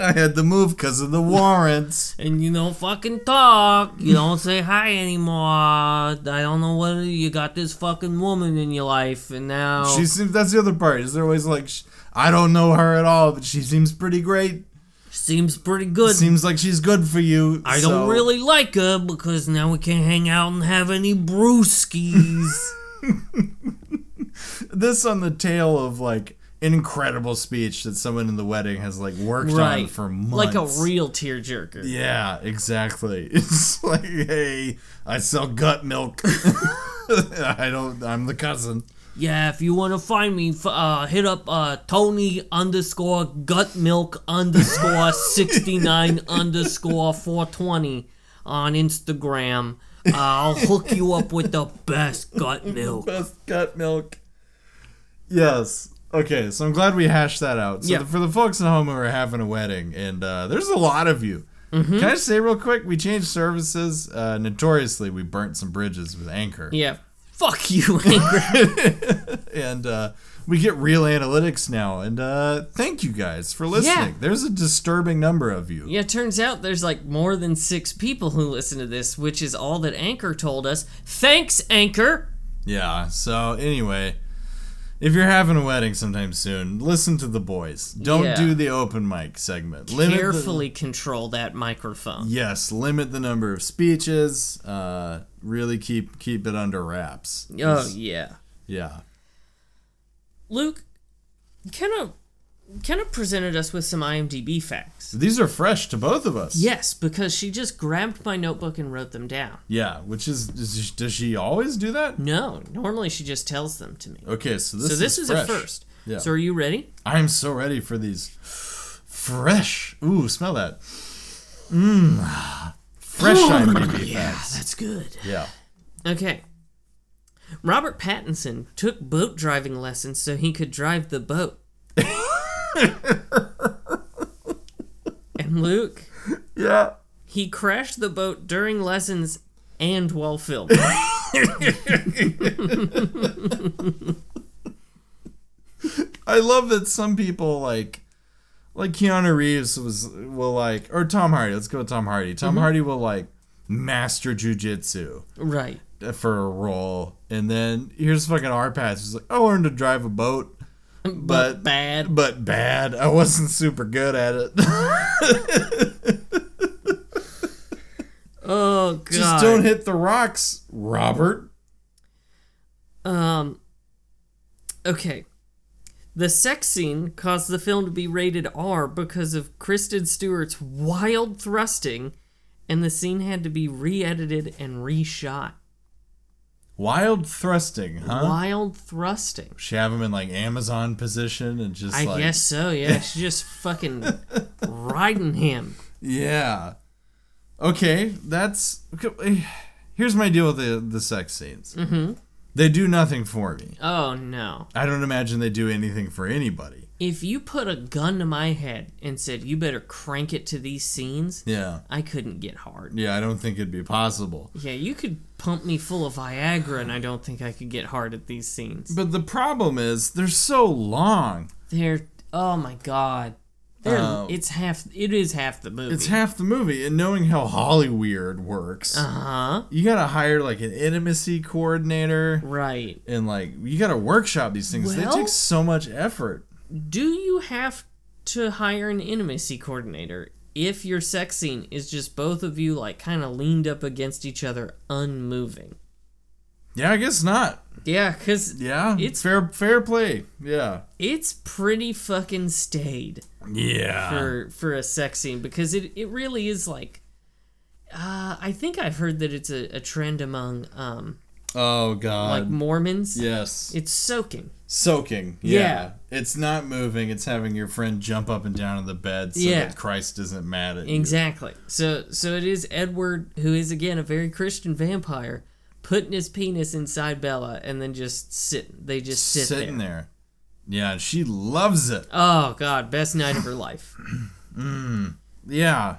[SPEAKER 2] I had to move because of the warrants.
[SPEAKER 3] And you don't fucking talk. You don't say hi anymore. I don't know what you got this fucking woman in your life, and now
[SPEAKER 2] She seems. That's the other part. Is they're always like, "Sh- I don't know her at all, but she seems pretty great.
[SPEAKER 3] seems pretty good.
[SPEAKER 2] Seems like she's good for you.
[SPEAKER 3] I
[SPEAKER 2] so-
[SPEAKER 3] don't really like her because now we can't hang out and have
[SPEAKER 2] (laughs)
[SPEAKER 3] any brewskis.
[SPEAKER 2] This on the tail of like an incredible speech that someone in the wedding has like worked on for months.
[SPEAKER 3] Like a real tearjerker.
[SPEAKER 2] Yeah, exactly. (laughs) It's like, hey, I sell gut milk. (laughs) I don't. I'm the cousin.
[SPEAKER 3] Yeah, if you want to find me, f- uh, hit up uh, Tony underscore gut milk underscore 69 underscore 420 on Instagram. Uh, I'll hook you up with the best gut milk.
[SPEAKER 2] Best gut milk. Yes. Okay, so I'm glad we hashed that out. So
[SPEAKER 3] Yeah.
[SPEAKER 2] the- for the folks at home who are having a wedding, and uh, there's a lot of you.
[SPEAKER 3] Mm-hmm.
[SPEAKER 2] Can I just say real quick? We changed services. Uh, notoriously, we burnt some bridges with Anchor.
[SPEAKER 3] Yeah. Fuck you, Anchor. (laughs)
[SPEAKER 2] and uh, we get real analytics now. And uh, thank you guys for listening.
[SPEAKER 3] Yeah.
[SPEAKER 2] There's a disturbing number of you.
[SPEAKER 3] Yeah, it turns out there's like more than six people who listen to this, which is all that Anchor told us. Thanks, Anchor!
[SPEAKER 2] Yeah. So anyway, if you're having a wedding sometime soon, listen to the boys. Don't
[SPEAKER 3] Yeah.
[SPEAKER 2] do the open mic segment. Limit the-
[SPEAKER 3] Carefully control that microphone.
[SPEAKER 2] yes, limit the number of speeches. Uh, really keep keep it under wraps.
[SPEAKER 3] Oh, yeah.
[SPEAKER 2] Yeah.
[SPEAKER 3] Luke, kind of, kind of presented us with some IMDb facts.
[SPEAKER 2] These are fresh to both of us.
[SPEAKER 3] Yes, because she just grabbed my notebook and wrote them down.
[SPEAKER 2] Yeah. Which is, is she- does she always do that?
[SPEAKER 3] No, normally she just tells them to me.
[SPEAKER 2] Okay, so Oh, this
[SPEAKER 3] so this is,
[SPEAKER 2] fresh.
[SPEAKER 3] a first.
[SPEAKER 2] Yeah.
[SPEAKER 3] So are you ready?
[SPEAKER 2] I'm so ready for these fresh. Ooh, smell that. Mmm.
[SPEAKER 3] (gasps)
[SPEAKER 2] Fresh IMDb facts.
[SPEAKER 3] That's good.
[SPEAKER 2] Yeah.
[SPEAKER 3] Okay. Robert Pattinson took boat driving lessons so he could drive
[SPEAKER 2] (laughs)
[SPEAKER 3] the boat. and Luke,
[SPEAKER 2] Yeah.
[SPEAKER 3] he crashed the boat during lessons and
[SPEAKER 2] (laughs)
[SPEAKER 3] while filming.
[SPEAKER 2] I love that some people like like Keanu Reeves was will like or Tom Hardy. Let's go with Tom Hardy.
[SPEAKER 3] Mm-hmm.
[SPEAKER 2] Tom Hardy will like master jujitsu
[SPEAKER 3] right.
[SPEAKER 2] for a role, and then here's fucking R Pass. He's like, I learned to drive a
[SPEAKER 3] (laughs)
[SPEAKER 2] boat, but but,
[SPEAKER 3] Bad.
[SPEAKER 2] bad. I wasn't super good at it. (laughs)
[SPEAKER 3] Oh god.
[SPEAKER 2] Just don't hit the rocks, Robert.
[SPEAKER 3] Um. Okay. The sex scene caused the film to be rated R because of Kristen Stewart's wild thrusting, and the scene had to be re edited and reshot.
[SPEAKER 2] Wild thrusting, huh?
[SPEAKER 3] Wild thrusting.
[SPEAKER 2] She have him in like Amazon position and just
[SPEAKER 3] I
[SPEAKER 2] like
[SPEAKER 3] guess so,
[SPEAKER 2] (laughs)
[SPEAKER 3] yeah. She's just fucking riding him.
[SPEAKER 2] Yeah. Okay, that's okay, eh, here's my deal with the the sex scenes. Mm-hmm. They do nothing for me.
[SPEAKER 3] Oh no.
[SPEAKER 2] I don't imagine they do anything for anybody.
[SPEAKER 3] If you put a gun to my head and said, you better crank it to these scenes,
[SPEAKER 2] Yeah.
[SPEAKER 3] I couldn't get hard.
[SPEAKER 2] Yeah, I don't think it'd be possible.
[SPEAKER 3] Yeah, you could pump me full of Viagra, and I don't think I could get hard at these scenes.
[SPEAKER 2] But the problem is they're so long.
[SPEAKER 3] They're oh my god. They're,
[SPEAKER 2] Oh.
[SPEAKER 3] it's half. It is half the movie.
[SPEAKER 2] It's half the movie, and knowing how Hollyweird works,
[SPEAKER 3] Uh huh.
[SPEAKER 2] you gotta hire like an intimacy coordinator,
[SPEAKER 3] Right.
[SPEAKER 2] and like you gotta workshop these things.
[SPEAKER 3] Well-
[SPEAKER 2] they take so much effort.
[SPEAKER 3] Do you have to hire an intimacy coordinator if your sex scene is just both of you like kind of leaned up against each other, unmoving?
[SPEAKER 2] Yeah, I guess not.
[SPEAKER 3] Yeah, cause
[SPEAKER 2] Yeah,
[SPEAKER 3] It's-
[SPEAKER 2] fair fair play. Yeah,
[SPEAKER 3] it's pretty fucking stayed
[SPEAKER 2] yeah.
[SPEAKER 3] for for a sex scene because it it really is like. Uh, I think I've heard that it's a, a trend among um
[SPEAKER 2] Oh god.
[SPEAKER 3] like Mormons.
[SPEAKER 2] yes.
[SPEAKER 3] It's soaking.
[SPEAKER 2] Soaking. Yeah.
[SPEAKER 3] Yeah.
[SPEAKER 2] It's not moving, it's having your friend jump up and down in the bed so
[SPEAKER 3] Yeah.
[SPEAKER 2] that Christ isn't mad at you.
[SPEAKER 3] Exactly. So so it is Edward, who is again a very Christian vampire, putting his penis inside Bella and then just sit. They just sit
[SPEAKER 2] Sitting
[SPEAKER 3] there.
[SPEAKER 2] there. Yeah, and she loves it.
[SPEAKER 3] Oh God, best
[SPEAKER 2] (laughs)
[SPEAKER 3] night of her life.
[SPEAKER 2] Yeah.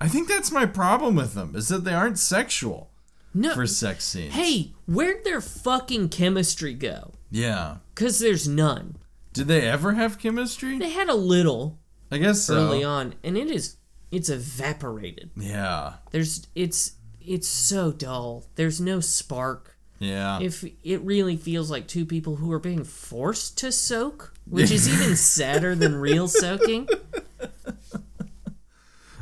[SPEAKER 2] I think that's my problem with them is that they aren't sexual
[SPEAKER 3] No.
[SPEAKER 2] for sex scenes.
[SPEAKER 3] hey, where'd their fucking chemistry go?
[SPEAKER 2] Yeah.
[SPEAKER 3] Cause there's none.
[SPEAKER 2] Did they ever have chemistry?
[SPEAKER 3] They had a little
[SPEAKER 2] I guess so.
[SPEAKER 3] early on, and it is it's evaporated.
[SPEAKER 2] Yeah.
[SPEAKER 3] There's it's it's so dull. There's no spark.
[SPEAKER 2] Yeah.
[SPEAKER 3] if it really feels like two people who are being forced to soak, which is
[SPEAKER 2] (laughs)
[SPEAKER 3] even sadder than real soaking.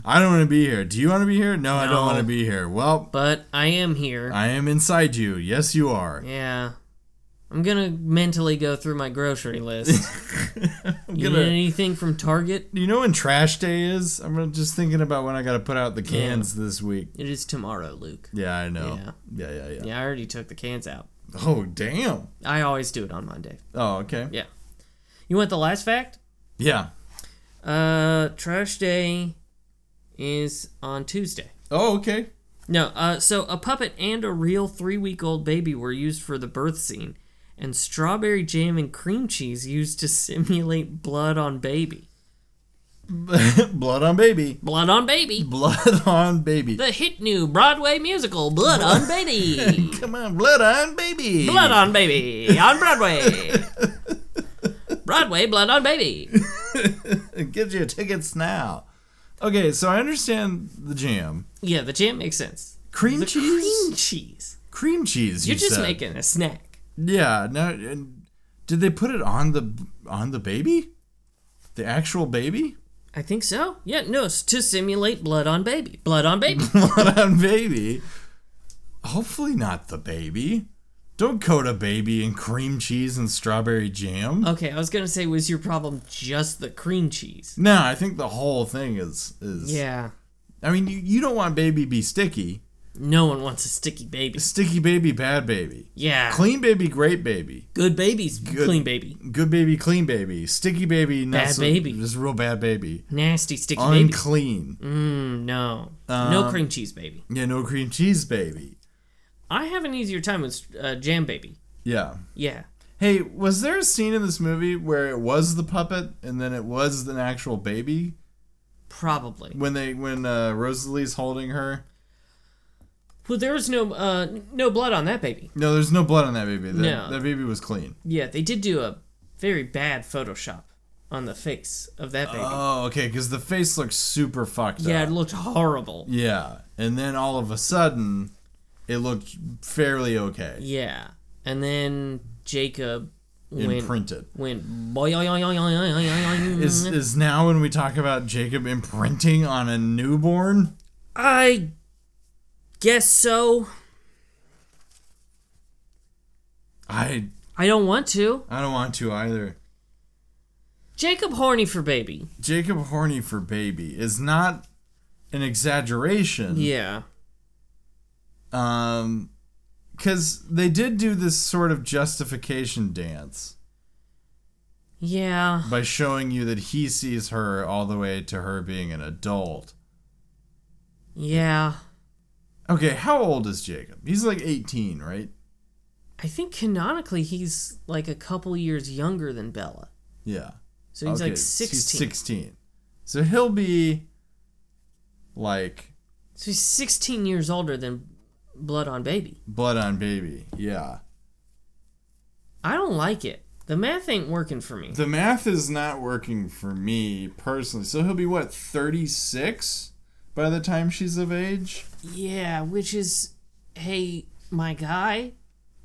[SPEAKER 2] I don't want to be here. Do you want to be here? No, I
[SPEAKER 3] No.
[SPEAKER 2] don't want to be here. Well,
[SPEAKER 3] But I am here.
[SPEAKER 2] I am inside you. Yes, you are.
[SPEAKER 3] Yeah. I'm gonna mentally go through my
[SPEAKER 2] (laughs)
[SPEAKER 3] grocery list. you
[SPEAKER 2] gonna-
[SPEAKER 3] need anything from Target?
[SPEAKER 2] You know when trash day is? I'm just thinking about when I got to put out the cans this week.
[SPEAKER 3] It is tomorrow, Luke.
[SPEAKER 2] Yeah, I know. Yeah, yeah, yeah.
[SPEAKER 3] Yeah, I already took the cans out.
[SPEAKER 2] Oh, damn.
[SPEAKER 3] I always do it on Monday.
[SPEAKER 2] Oh, okay. Yeah.
[SPEAKER 3] Yeah. You want the last fact? Uh, trash day is on Tuesday.
[SPEAKER 2] Oh, okay. (laughs)
[SPEAKER 3] No, uh, so a puppet and a real three week old baby were used for the birth scene, and strawberry jam and cream cheese used to (laughs) simulate blood on baby.
[SPEAKER 2] Blood on baby.
[SPEAKER 3] Blood on baby!
[SPEAKER 2] Blood (laughs) on baby.
[SPEAKER 3] The hit new Broadway musical, Blood on
[SPEAKER 2] (laughs)
[SPEAKER 3] Baby!
[SPEAKER 2] Come on, blood on baby.
[SPEAKER 3] Blood on Baby
[SPEAKER 2] (laughs)
[SPEAKER 3] on Broadway! Broadway, Blood on Baby!
[SPEAKER 2] Get your tickets now. Okay, so I understand the jam.
[SPEAKER 3] Yeah, the jam makes sense.
[SPEAKER 2] Cream
[SPEAKER 3] The
[SPEAKER 2] cheese?
[SPEAKER 3] cream cheese.
[SPEAKER 2] Cream cheese.
[SPEAKER 3] You're
[SPEAKER 2] you
[SPEAKER 3] just
[SPEAKER 2] said.
[SPEAKER 3] making a snack.
[SPEAKER 2] Yeah. No. and Did they put it on the on the baby? The actual baby?
[SPEAKER 3] I think so. Yeah, no, it's to simulate blood on baby. Blood on baby.
[SPEAKER 2] (laughs) Blood on baby. Hopefully not the baby. Don't coat a baby in cream cheese and strawberry jam.
[SPEAKER 3] okay, I was gonna say, was your problem just the cream cheese?
[SPEAKER 2] no, I think the whole thing is is.
[SPEAKER 3] Yeah.
[SPEAKER 2] I mean, you, you don't want baby be sticky.
[SPEAKER 3] No one wants a sticky baby.
[SPEAKER 2] Sticky baby, bad baby.
[SPEAKER 3] Yeah.
[SPEAKER 2] Clean baby, great baby.
[SPEAKER 3] Good babies. Clean baby.
[SPEAKER 2] Good baby, clean baby. Sticky baby, not
[SPEAKER 3] Bad
[SPEAKER 2] so-
[SPEAKER 3] baby.
[SPEAKER 2] Just real bad baby.
[SPEAKER 3] Nasty sticky baby.
[SPEAKER 2] Unclean.
[SPEAKER 3] Mm, no. no cream cheese baby.
[SPEAKER 2] Yeah, no cream cheese baby.
[SPEAKER 3] I have an easier time with uh, jam baby.
[SPEAKER 2] Yeah.
[SPEAKER 3] Yeah.
[SPEAKER 2] Hey, was there a scene in this movie where it was the puppet and then it was an actual baby
[SPEAKER 3] Probably.
[SPEAKER 2] when they when uh, Rosalie's holding her?
[SPEAKER 3] Well, there was no uh, no blood on that baby.
[SPEAKER 2] No, there's no blood on that baby. That,
[SPEAKER 3] No.
[SPEAKER 2] that baby was clean.
[SPEAKER 3] Yeah, they did do a very bad Photoshop on the face of that baby.
[SPEAKER 2] Oh, okay, because the face looks super fucked
[SPEAKER 3] yeah, it
[SPEAKER 2] up.
[SPEAKER 3] looked horrible.
[SPEAKER 2] Yeah, and then all of a sudden, it looked fairly okay.
[SPEAKER 3] Yeah, and then Jacob went
[SPEAKER 2] Imprinted
[SPEAKER 3] went boy.
[SPEAKER 2] is is now when we talk about Jacob imprinting on a newborn.
[SPEAKER 3] I guess so.
[SPEAKER 2] I
[SPEAKER 3] I don't want to.
[SPEAKER 2] I don't want to either.
[SPEAKER 3] Jacob horny for baby.
[SPEAKER 2] Jacob horny for baby is not an exaggeration.
[SPEAKER 3] Yeah.
[SPEAKER 2] Um, because they did do this sort of justification dance
[SPEAKER 3] Yeah.
[SPEAKER 2] by showing you that he sees her all the way to her being an adult.
[SPEAKER 3] Yeah.
[SPEAKER 2] Okay, how old is Jacob? He's like 18, right?
[SPEAKER 3] I think canonically he's like a couple years younger than Bella.
[SPEAKER 2] Yeah.
[SPEAKER 3] So he's
[SPEAKER 2] Okay,
[SPEAKER 3] like 16.
[SPEAKER 2] He's 16. So he'll be like
[SPEAKER 3] so he's 16 years older than Blood on Baby.
[SPEAKER 2] blood on baby. Yeah.
[SPEAKER 3] I don't like it. The math ain't working for me.
[SPEAKER 2] The math is not working for me personally. So he'll be what, 36 by the time she's of age?
[SPEAKER 3] Yeah, which is, hey, my guy,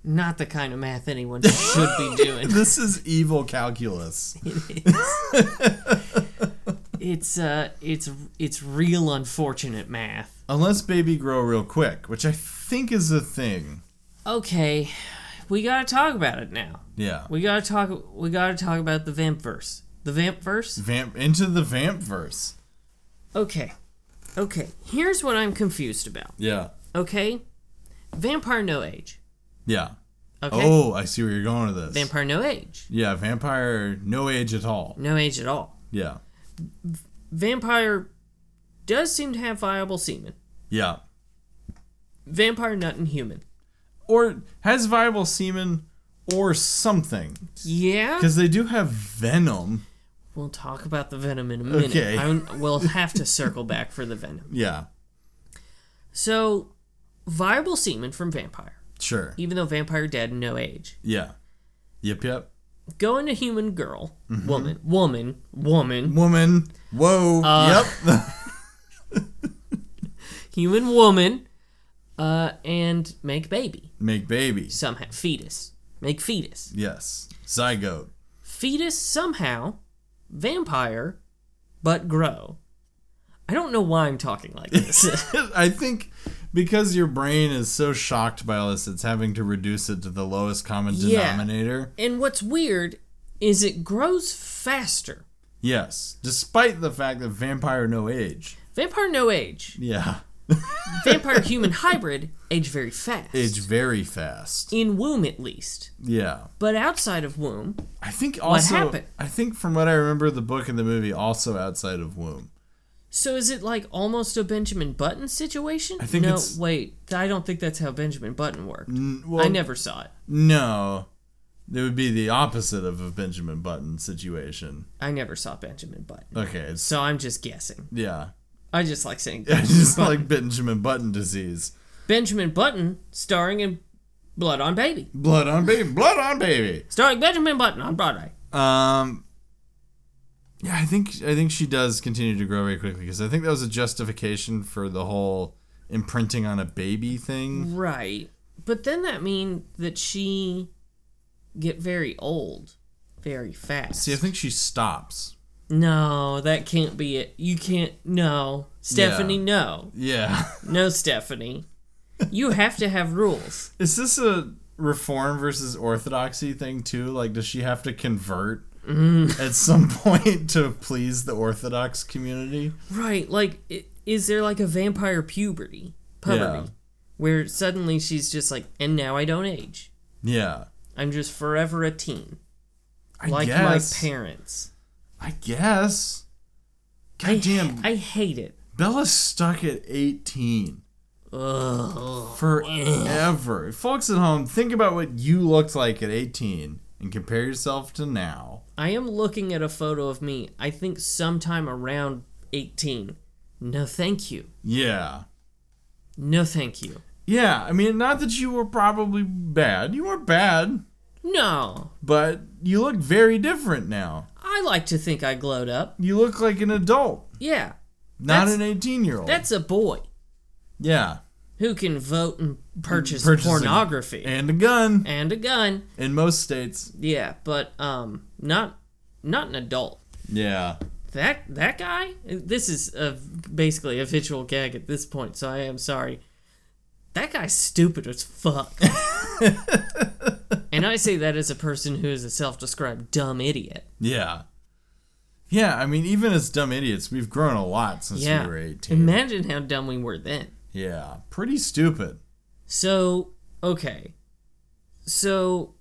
[SPEAKER 3] not the kind of math anyone (laughs) should be doing.
[SPEAKER 2] This is evil
[SPEAKER 3] (laughs)
[SPEAKER 2] calculus.
[SPEAKER 3] It's uh, it's it's real unfortunate math.
[SPEAKER 2] Unless baby grow real quick, which I think is a thing.
[SPEAKER 3] Okay, we gotta talk about it now.
[SPEAKER 2] Yeah.
[SPEAKER 3] We gotta talk. We gotta talk about the vamp verse. The vamp verse.
[SPEAKER 2] Vamp into the vamp verse.
[SPEAKER 3] Okay, okay. Here's what I'm confused about.
[SPEAKER 2] Yeah.
[SPEAKER 3] Okay, vampire no age.
[SPEAKER 2] Yeah.
[SPEAKER 3] Okay,
[SPEAKER 2] Oh, I see where you're going with this.
[SPEAKER 3] vampire no age.
[SPEAKER 2] Yeah, vampire no age at all.
[SPEAKER 3] No age at all.
[SPEAKER 2] Yeah.
[SPEAKER 3] Vampire does seem to have viable semen.
[SPEAKER 2] Yeah.
[SPEAKER 3] Vampire nut and human.
[SPEAKER 2] Or has viable semen or something.
[SPEAKER 3] Yeah.
[SPEAKER 2] Because they do have venom.
[SPEAKER 3] We'll talk about the venom in a minute.
[SPEAKER 2] Okay.
[SPEAKER 3] I, we'll have to circle back for the venom.
[SPEAKER 2] Yeah.
[SPEAKER 3] So, viable semen from vampire,
[SPEAKER 2] Sure.
[SPEAKER 3] even though vampire dead and no age.
[SPEAKER 2] Yeah. Yep, yep.
[SPEAKER 3] Go into human girl, woman, woman, woman,
[SPEAKER 2] Woman. Whoa.
[SPEAKER 3] Uh.
[SPEAKER 2] yep. (laughs)
[SPEAKER 3] human woman, uh, and make baby
[SPEAKER 2] Make baby.
[SPEAKER 3] somehow. Fetus. Make fetus.
[SPEAKER 2] Yes. Zygote. (laughs)
[SPEAKER 3] Fetus somehow, vampire, but grow. I don't know why I'm talking
[SPEAKER 2] (laughs)
[SPEAKER 3] like this.
[SPEAKER 2] I think because your brain is so shocked by all this, it's having to reduce it to the lowest common
[SPEAKER 3] Yeah.
[SPEAKER 2] denominator.
[SPEAKER 3] and what's weird is it grows faster.
[SPEAKER 2] Yes, despite the fact that vampire no age.
[SPEAKER 3] Vampire no age.
[SPEAKER 2] Yeah,
[SPEAKER 3] Vampire human hybrid age very fast.
[SPEAKER 2] age very fast.
[SPEAKER 3] In womb at least.
[SPEAKER 2] Yeah,
[SPEAKER 3] But outside of womb,
[SPEAKER 2] I think also.
[SPEAKER 3] happened?
[SPEAKER 2] I think from what I remember, the book and the movie also outside of womb.
[SPEAKER 3] So is it like almost a Benjamin Button situation? I
[SPEAKER 2] think
[SPEAKER 3] no,
[SPEAKER 2] it's- Mm,
[SPEAKER 3] wait. I don't think that's how Benjamin Button worked.
[SPEAKER 2] well-
[SPEAKER 3] Mm, I never saw it.
[SPEAKER 2] No, it would be the opposite of a Benjamin Button situation.
[SPEAKER 3] I never saw Benjamin Button.
[SPEAKER 2] Okay, it's,
[SPEAKER 3] So I'm just guessing.
[SPEAKER 2] yeah, (laughs)
[SPEAKER 3] I just like saying
[SPEAKER 2] it's just like Benjamin Button disease.
[SPEAKER 3] (laughs) Benjamin Button starring in Blood on Baby.
[SPEAKER 2] Blood on baby, blood on baby.
[SPEAKER 3] Starring Benjamin Button on Broadway.
[SPEAKER 2] Um, yeah, I think I think she does continue to grow very quickly because I think that was a justification for the whole imprinting on a baby
[SPEAKER 3] Mm.
[SPEAKER 2] thing.
[SPEAKER 3] Right. But then that mean that she get very old very fast.
[SPEAKER 2] See, I think she stops.
[SPEAKER 3] no, that can't be it. You can't no. Stephanie,
[SPEAKER 2] Yeah.
[SPEAKER 3] no.
[SPEAKER 2] Yeah, (laughs)
[SPEAKER 3] No, Stephanie. You have to have rules.
[SPEAKER 2] is this a reform versus orthodoxy thing too? Like, does she have to convert?
[SPEAKER 3] Mm.
[SPEAKER 2] At some (laughs) point, to please the Orthodox community,
[SPEAKER 3] Right. Like i- is there like a vampire puberty? Puberty.
[SPEAKER 2] Yeah.
[SPEAKER 3] Where suddenly she's just like, and now I don't age.
[SPEAKER 2] yeah,
[SPEAKER 3] I'm just forever a teen.
[SPEAKER 2] I
[SPEAKER 3] Like
[SPEAKER 2] guess.
[SPEAKER 3] my parents.
[SPEAKER 2] I guess.
[SPEAKER 3] I
[SPEAKER 2] God damn,
[SPEAKER 3] I hate it.
[SPEAKER 2] Bella's stuck at 18
[SPEAKER 3] Ugh.
[SPEAKER 2] forever. Folks at home, think about what you looked like at 18 and compare yourself to now.
[SPEAKER 3] I am looking at a photo of me, I think sometime around 18. No, thank you.
[SPEAKER 2] Yeah.
[SPEAKER 3] No, thank you.
[SPEAKER 2] Yeah, I mean, not that you were probably bad. You were bad,
[SPEAKER 3] No.
[SPEAKER 2] but you look very different now.
[SPEAKER 3] I like to think I glowed up.
[SPEAKER 2] You look like an adult,
[SPEAKER 3] Yeah.
[SPEAKER 2] not
[SPEAKER 3] That's-
[SPEAKER 2] an 18 year old.
[SPEAKER 3] That's a boy
[SPEAKER 2] Yeah.
[SPEAKER 3] who can vote and purchase
[SPEAKER 2] Purchasing-
[SPEAKER 3] pornography
[SPEAKER 2] And a gun
[SPEAKER 3] and a gun.
[SPEAKER 2] in most states.
[SPEAKER 3] Yeah, but um not not an adult.
[SPEAKER 2] Yeah.
[SPEAKER 3] that that guy this is a, basically a visual gag at this point so i am sorry that guy's stupid as fuck and i say that as a person who is a self-described dumb idiot
[SPEAKER 2] Yeah. Yeah, I mean, even as dumb idiots, we've grown a lot since
[SPEAKER 3] yeah
[SPEAKER 2] we were 18.
[SPEAKER 3] imagine how dumb we were then
[SPEAKER 2] Yeah, pretty stupid.
[SPEAKER 3] so okay so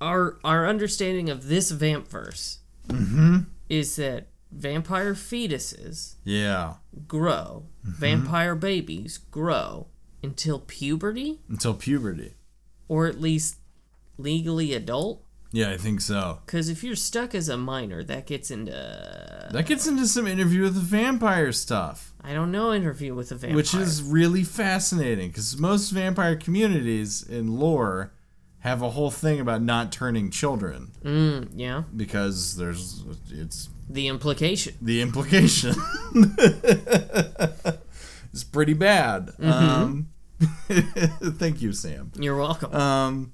[SPEAKER 3] our our understanding of this vamp verse
[SPEAKER 2] Mm-hmm.
[SPEAKER 3] is that vampire fetuses
[SPEAKER 2] Yeah,
[SPEAKER 3] grow
[SPEAKER 2] Mm-hmm.
[SPEAKER 3] vampire babies grow until puberty
[SPEAKER 2] until puberty.
[SPEAKER 3] or at least legally adult.
[SPEAKER 2] Yeah, I think so.
[SPEAKER 3] Because if you're stuck as a minor, that gets into
[SPEAKER 2] That gets into some interview with the vampire stuff,
[SPEAKER 3] I don't know interview with a vampire,
[SPEAKER 2] which is really fascinating because most vampire communities in lore have a whole thing about not turning children
[SPEAKER 3] yeah
[SPEAKER 2] because there's it's
[SPEAKER 3] the implication.
[SPEAKER 2] the implication (laughs) is pretty bad. Um, (laughs) thank you, Sam.
[SPEAKER 3] You're welcome.
[SPEAKER 2] Um,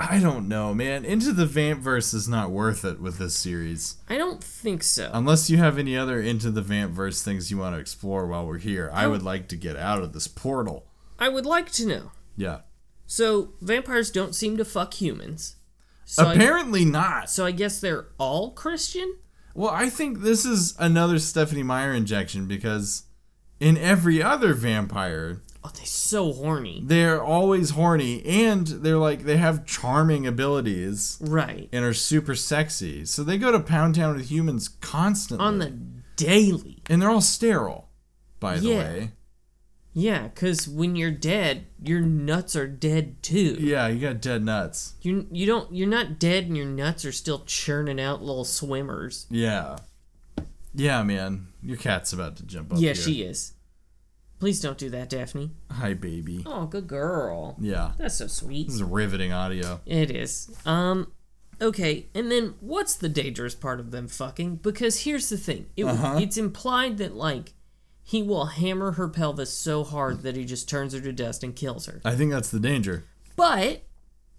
[SPEAKER 2] I don't know, man. Into the vamp verse is not worth it with this series.
[SPEAKER 3] I don't think so.
[SPEAKER 2] Unless you have any other into the vamp verse things you want to explore while we're here,
[SPEAKER 3] Oh.
[SPEAKER 2] I would like to get out of this portal.
[SPEAKER 3] I would like to know.
[SPEAKER 2] Yeah.
[SPEAKER 3] So vampires don't seem to fuck humans. So I,
[SPEAKER 2] Apparently not.
[SPEAKER 3] so I guess they're all Christian.
[SPEAKER 2] Well, I think this is another Stephanie Meyer injection because in every other vampire,
[SPEAKER 3] Oh, they're so horny.
[SPEAKER 2] they're always horny and they're like they have charming abilities
[SPEAKER 3] Right
[SPEAKER 2] and are super sexy. So they go to Pound Town with humans constantly.
[SPEAKER 3] on the daily.
[SPEAKER 2] and they're all sterile, by the
[SPEAKER 3] Yeah.
[SPEAKER 2] way.
[SPEAKER 3] Yeah, because when you're dead, your nuts are dead too.
[SPEAKER 2] Yeah, you got dead nuts.
[SPEAKER 3] You you don't you're not dead and your nuts are still churning out little swimmers.
[SPEAKER 2] Yeah. Yeah, man. Your cat's about to jump up.
[SPEAKER 3] yeah,
[SPEAKER 2] here.
[SPEAKER 3] she is. Please don't do that, Daphne.
[SPEAKER 2] Hi, baby.
[SPEAKER 3] Oh, good girl.
[SPEAKER 2] Yeah. Mm.
[SPEAKER 3] That's so sweet.
[SPEAKER 2] This is riveting audio.
[SPEAKER 3] It is. Um okay, and then what's the dangerous part of them fucking? Because here's the thing. It, it's implied that like he will hammer her pelvis so hard that he just turns her to dust and kills her.
[SPEAKER 2] I think that's the danger.
[SPEAKER 3] But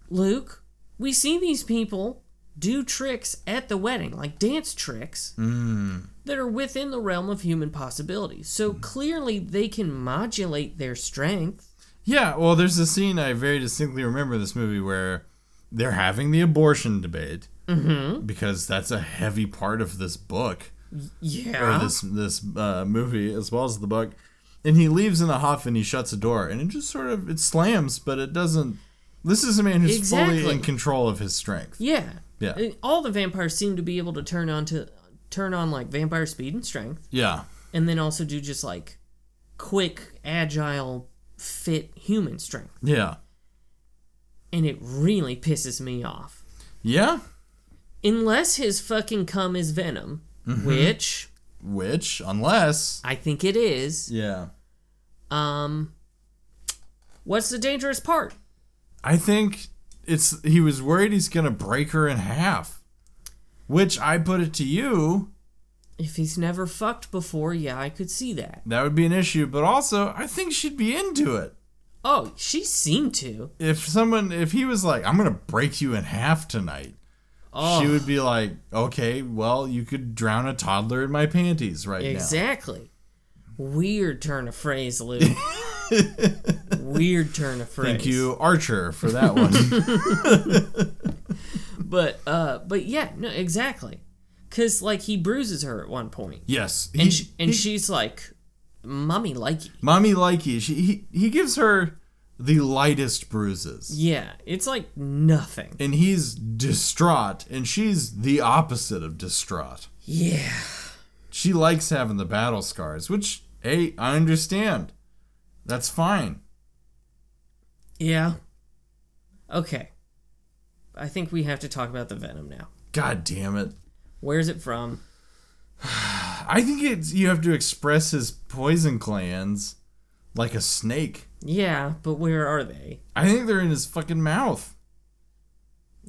[SPEAKER 3] Luke, we see these people do tricks at the wedding, like dance tricks that are within the realm of human possibility. So clearly they can modulate their strength.
[SPEAKER 2] Yeah, well, there's a scene I very distinctly remember in this movie where they're having the abortion debate mm-hmm. because that's a heavy part of this book or
[SPEAKER 3] Yeah.
[SPEAKER 2] this this uh, movie as well as the book. And he leaves in a huff and he shuts a door and it just sort of it slams, but it doesn't. This is a man who's fully
[SPEAKER 3] Exactly.
[SPEAKER 2] in control of his strength.
[SPEAKER 3] Yeah.
[SPEAKER 2] Yeah.
[SPEAKER 3] Uh, All the vampires seem to be able to turn on to turn on like vampire speed and strength.
[SPEAKER 2] Yeah,
[SPEAKER 3] and then also do just like quick, agile, fit human strength.
[SPEAKER 2] Yeah.
[SPEAKER 3] And it really pisses me off.
[SPEAKER 2] Yeah.
[SPEAKER 3] Unless his fucking cum is venom,
[SPEAKER 2] Mm-hmm.
[SPEAKER 3] which
[SPEAKER 2] Which, unless.
[SPEAKER 3] I think it is.
[SPEAKER 2] Yeah.
[SPEAKER 3] Um, what's the dangerous part?
[SPEAKER 2] I think it's he was worried he's gonna break her in half. Which I put it to you,
[SPEAKER 3] If he's never fucked before, yeah, I could see that.
[SPEAKER 2] that would be an issue, but also I think she'd be into it.
[SPEAKER 3] Oh, she seemed to.
[SPEAKER 2] If someone if he was like, I'm gonna break you in half tonight,
[SPEAKER 3] Oh,
[SPEAKER 2] she would be like, Okay, well, you could drown a toddler in my panties right
[SPEAKER 3] exactly. Weird turn of phrase,
[SPEAKER 2] (laughs)
[SPEAKER 3] Luke. Weird turn of
[SPEAKER 2] now.
[SPEAKER 3] phrase.
[SPEAKER 2] Thank you, Archer, for that
[SPEAKER 3] (laughs)
[SPEAKER 2] one.
[SPEAKER 3] But uh, but yeah, no, exactly. Cause like he bruises her at one point,
[SPEAKER 2] yes. he-
[SPEAKER 3] and sh and
[SPEAKER 2] he-
[SPEAKER 3] she's like, "Mommy, like you."
[SPEAKER 2] Mommy Likey, she he, he gives her the lightest bruises.
[SPEAKER 3] Yeah, it's like nothing.
[SPEAKER 2] and he's distraught and she's the opposite of distraught
[SPEAKER 3] Yeah.
[SPEAKER 2] she likes having the battle scars which hey i understand that's fine
[SPEAKER 3] Yeah. Okay. I think we have to talk about the venom now.
[SPEAKER 2] god damn it
[SPEAKER 3] Where's it from?
[SPEAKER 2] i think it's you have to express his poison glands like a snake
[SPEAKER 3] Yeah, but where are they?
[SPEAKER 2] i think they're in his fucking mouth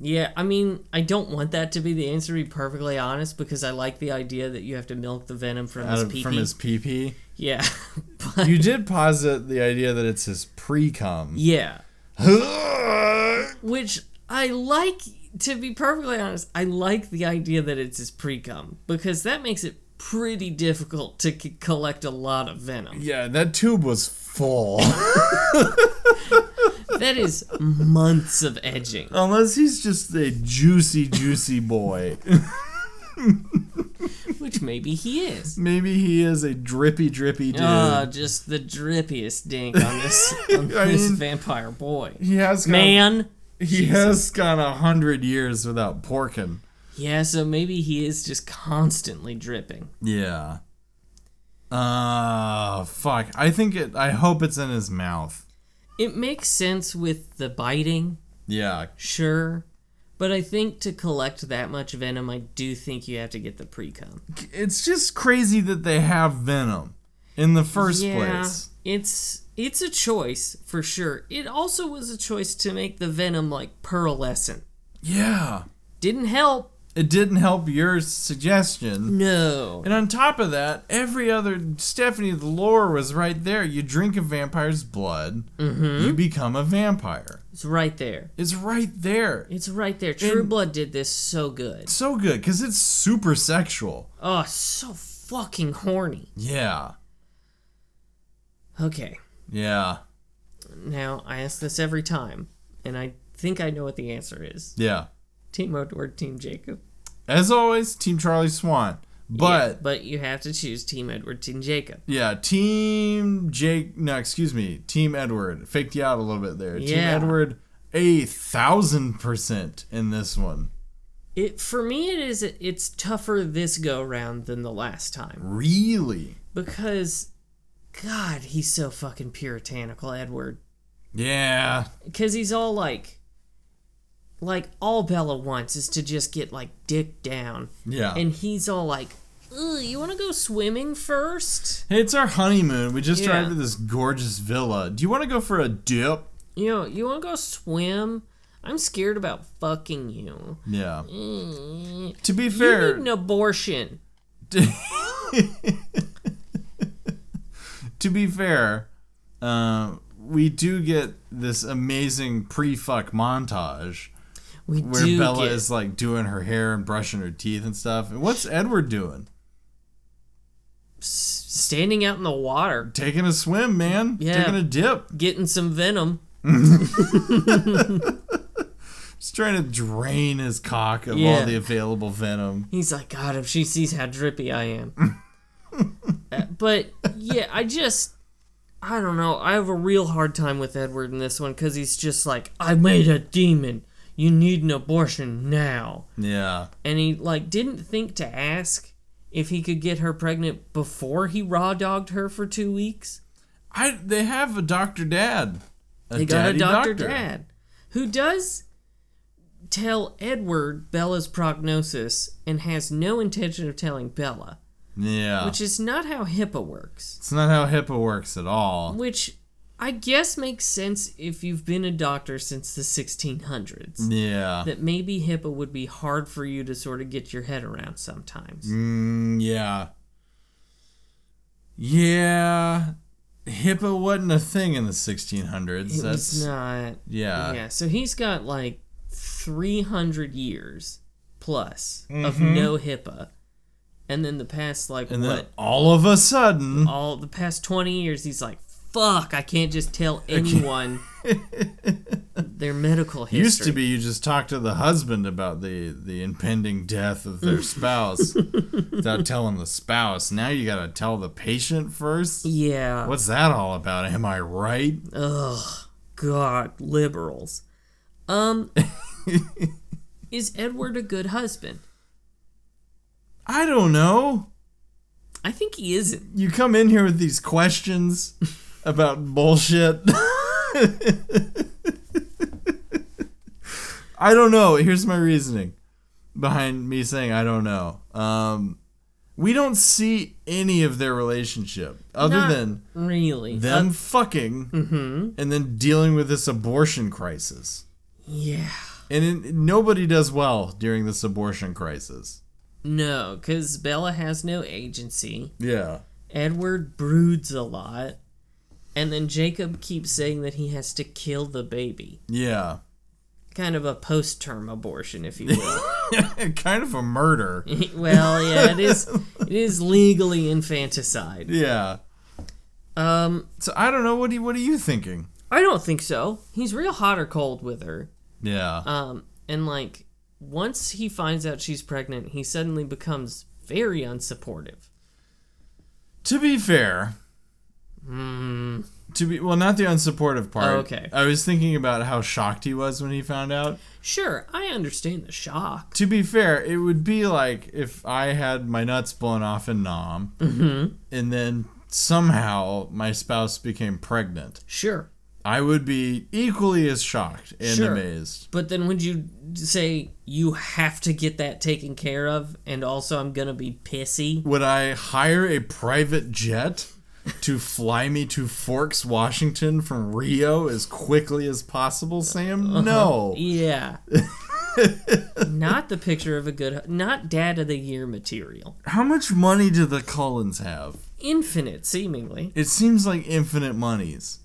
[SPEAKER 3] Yeah, I mean, I don't want that to be the answer, to be perfectly honest, because I like the idea that you have to milk the venom from
[SPEAKER 2] out
[SPEAKER 3] his
[SPEAKER 2] of,
[SPEAKER 3] pee
[SPEAKER 2] from his pee
[SPEAKER 3] Yeah. (laughs) but,
[SPEAKER 2] you did posit the idea that it's his pre-cum (laughs)
[SPEAKER 3] yeah. Which I like, to be perfectly honest, I like the idea that it's his pre cum, because that makes it pretty difficult to c- collect a lot of
[SPEAKER 2] (laughs)
[SPEAKER 3] venom.
[SPEAKER 2] yeah that tube was full (laughs)
[SPEAKER 3] That is months of edging.
[SPEAKER 2] unless he's just a juicy juicy boy
[SPEAKER 3] Which maybe he is.
[SPEAKER 2] Maybe he is a drippy, drippy dude.
[SPEAKER 3] Oh, just the drippiest dink
[SPEAKER 2] (laughs)
[SPEAKER 3] on this on
[SPEAKER 2] I
[SPEAKER 3] this
[SPEAKER 2] mean-
[SPEAKER 3] vampire boy.
[SPEAKER 2] he has gone,
[SPEAKER 3] Man.
[SPEAKER 2] He has gone a hundred years without porking.
[SPEAKER 3] Yeah, so maybe he is just constantly dripping.
[SPEAKER 2] Yeah. Uh, fuck. I think it. I hope it's in his mouth.
[SPEAKER 3] It makes sense with the biting,
[SPEAKER 2] Yeah.
[SPEAKER 3] sure. But I think to collect that much venom, I do think you have to get the pre cum.
[SPEAKER 2] It's just crazy that they have venom in the first
[SPEAKER 3] Yeah,
[SPEAKER 2] place.
[SPEAKER 3] it's it's a choice for sure. It also was a choice to make the venom like pearlescent.
[SPEAKER 2] Yeah.
[SPEAKER 3] Didn't help.
[SPEAKER 2] It didn't help your suggestion.
[SPEAKER 3] No.
[SPEAKER 2] And on top of that, every other Stephanie, the lore was right there. You drink a vampire's blood,
[SPEAKER 3] Mm-hmm.
[SPEAKER 2] you become a vampire.
[SPEAKER 3] It's right there.
[SPEAKER 2] It's right there.
[SPEAKER 3] It's right there. True
[SPEAKER 2] And-
[SPEAKER 3] Blood did this so good.
[SPEAKER 2] so good because it's super sexual.
[SPEAKER 3] Oh, so fucking horny.
[SPEAKER 2] Yeah,
[SPEAKER 3] Okay,
[SPEAKER 2] yeah,
[SPEAKER 3] now I ask this every time, and I think I know what the answer is.
[SPEAKER 2] yeah.
[SPEAKER 3] Team Edward, Team Jacob.
[SPEAKER 2] As always, Team Charlie Swan. But
[SPEAKER 3] Yeah, but you have to choose Team Edward, Team Jacob.
[SPEAKER 2] yeah, Team Jake. No, excuse me, Team Edward. Faked you out a little bit there. Team
[SPEAKER 3] Yeah.
[SPEAKER 2] Edward, a thousand percent in this one.
[SPEAKER 3] It for me, it is. It's tougher this go round than the last time
[SPEAKER 2] Really?
[SPEAKER 3] because, God, he's so fucking puritanical, Edward.
[SPEAKER 2] Yeah,
[SPEAKER 3] Because he's all like, like all Bella wants is to just get like dick down.
[SPEAKER 2] yeah.
[SPEAKER 3] and he's all like, Ugh, "You want to go swimming first?
[SPEAKER 2] hey, it's our honeymoon. We just
[SPEAKER 3] Yeah.
[SPEAKER 2] arrived at this gorgeous villa. Do you want to go for a dip?
[SPEAKER 3] You know, you want to go swim? I'm scared about fucking you.
[SPEAKER 2] Yeah. To be
[SPEAKER 3] Mm. You
[SPEAKER 2] fair,
[SPEAKER 3] need an abortion."
[SPEAKER 2] to be fair, uh, we do get this amazing pre-fuck montage
[SPEAKER 3] We
[SPEAKER 2] where
[SPEAKER 3] do
[SPEAKER 2] Bella
[SPEAKER 3] get-
[SPEAKER 2] is like doing her hair and brushing her teeth and stuff. And what's Edward doing?
[SPEAKER 3] s- standing out in the water,
[SPEAKER 2] Taking a swim, man.
[SPEAKER 3] Yeah.
[SPEAKER 2] Taking a dip.
[SPEAKER 3] getting some venom.
[SPEAKER 2] Just trying to drain his cock of all
[SPEAKER 3] Yeah.
[SPEAKER 2] the available venom.
[SPEAKER 3] He's like, "God, if she sees how drippy I am."
[SPEAKER 2] (laughs)
[SPEAKER 3] Uh, but yeah, I just. I don't know. I have a real hard time with Edward in this one because he's just like, I made a demon. You need an abortion now.
[SPEAKER 2] Yeah.
[SPEAKER 3] and he like didn't think to ask if he could get her pregnant before he raw dogged her for two weeks.
[SPEAKER 2] I they have a doctor dad. A
[SPEAKER 3] They got a
[SPEAKER 2] daddy
[SPEAKER 3] doctor, dad who does tell Edward Bella's prognosis and has no intention of telling Bella,
[SPEAKER 2] Yeah.
[SPEAKER 3] which is not how HIPAA works.
[SPEAKER 2] it's not how HIPAA works at all.
[SPEAKER 3] Which I guess makes sense if you've been a doctor since the 1600s.
[SPEAKER 2] Mm. Yeah.
[SPEAKER 3] That maybe HIPAA would be hard for you to sort of get your head around sometimes.
[SPEAKER 2] Mm, yeah. Yeah. HIPAA wasn't a thing in the 1600s.
[SPEAKER 3] It
[SPEAKER 2] That's uh,
[SPEAKER 3] was not.
[SPEAKER 2] yeah.
[SPEAKER 3] yeah, so he's got like 300 years plus of no HIPAA. And then the past, like,
[SPEAKER 2] Mm-hmm. And then
[SPEAKER 3] what?
[SPEAKER 2] all of a sudden,
[SPEAKER 3] All the past 20 years, he's like, fuck, I can't just tell
[SPEAKER 2] (laughs)
[SPEAKER 3] anyone their medical history.
[SPEAKER 2] used to be you just talk to the husband about the the impending death of
[SPEAKER 3] (laughs)
[SPEAKER 2] their spouse without telling the spouse. Now you got to tell the patient first.
[SPEAKER 3] Yeah.
[SPEAKER 2] What's that all about? Am I right?
[SPEAKER 3] Ugh, God, liberals.
[SPEAKER 2] (laughs)
[SPEAKER 3] Um, is Edward a good husband?
[SPEAKER 2] I don't know.
[SPEAKER 3] I think he isn't.
[SPEAKER 2] You come in here with these questions about bullshit. I don't know. Here's my reasoning behind me saying I don't know. Um, we don't see any of their relationship other
[SPEAKER 3] Not
[SPEAKER 2] than
[SPEAKER 3] Really?
[SPEAKER 2] them
[SPEAKER 3] Uh,
[SPEAKER 2] fucking and then dealing with this abortion crisis.
[SPEAKER 3] yeah.
[SPEAKER 2] And it, nobody does well during this abortion crisis.
[SPEAKER 3] No, because Bella has no agency.
[SPEAKER 2] Yeah.
[SPEAKER 3] Edward broods a lot. And then Jacob keeps saying that he has to kill the baby.
[SPEAKER 2] Yeah. (laughs)
[SPEAKER 3] Kind of a post term abortion, if you will.
[SPEAKER 2] kind of a murder.
[SPEAKER 3] (laughs) well, yeah, it is it is legally infanticide.
[SPEAKER 2] Yeah.
[SPEAKER 3] Um
[SPEAKER 2] So I don't know. What do you, what are you thinking?
[SPEAKER 3] I don't think so. He's real hot or cold with her.
[SPEAKER 2] Yeah.
[SPEAKER 3] Um, and like once he finds out she's pregnant, he suddenly becomes very unsupportive.
[SPEAKER 2] to be fair. To be well, not the unsupportive part.
[SPEAKER 3] mm. Oh, okay.
[SPEAKER 2] I was thinking about how shocked he was when he found out.
[SPEAKER 3] Sure, I understand the shock.
[SPEAKER 2] To be fair, it would be like if I had my nuts blown off in Nam,
[SPEAKER 3] Mm-hmm.
[SPEAKER 2] and then somehow my spouse became pregnant.
[SPEAKER 3] Sure.
[SPEAKER 2] I would be equally as shocked and
[SPEAKER 3] Sure.
[SPEAKER 2] amazed.
[SPEAKER 3] But then would you say you have to get that taken care of and also I'm going to be pissy?
[SPEAKER 2] Would I hire a private jet to fly me to Forks, Washington from Rio as quickly as possible, Sam? No.
[SPEAKER 3] Uh-huh. Yeah. not the picture of a good not dad of the year material.
[SPEAKER 2] How much money do the Cullens have?
[SPEAKER 3] Infinite seemingly.
[SPEAKER 2] It seems like infinite monies.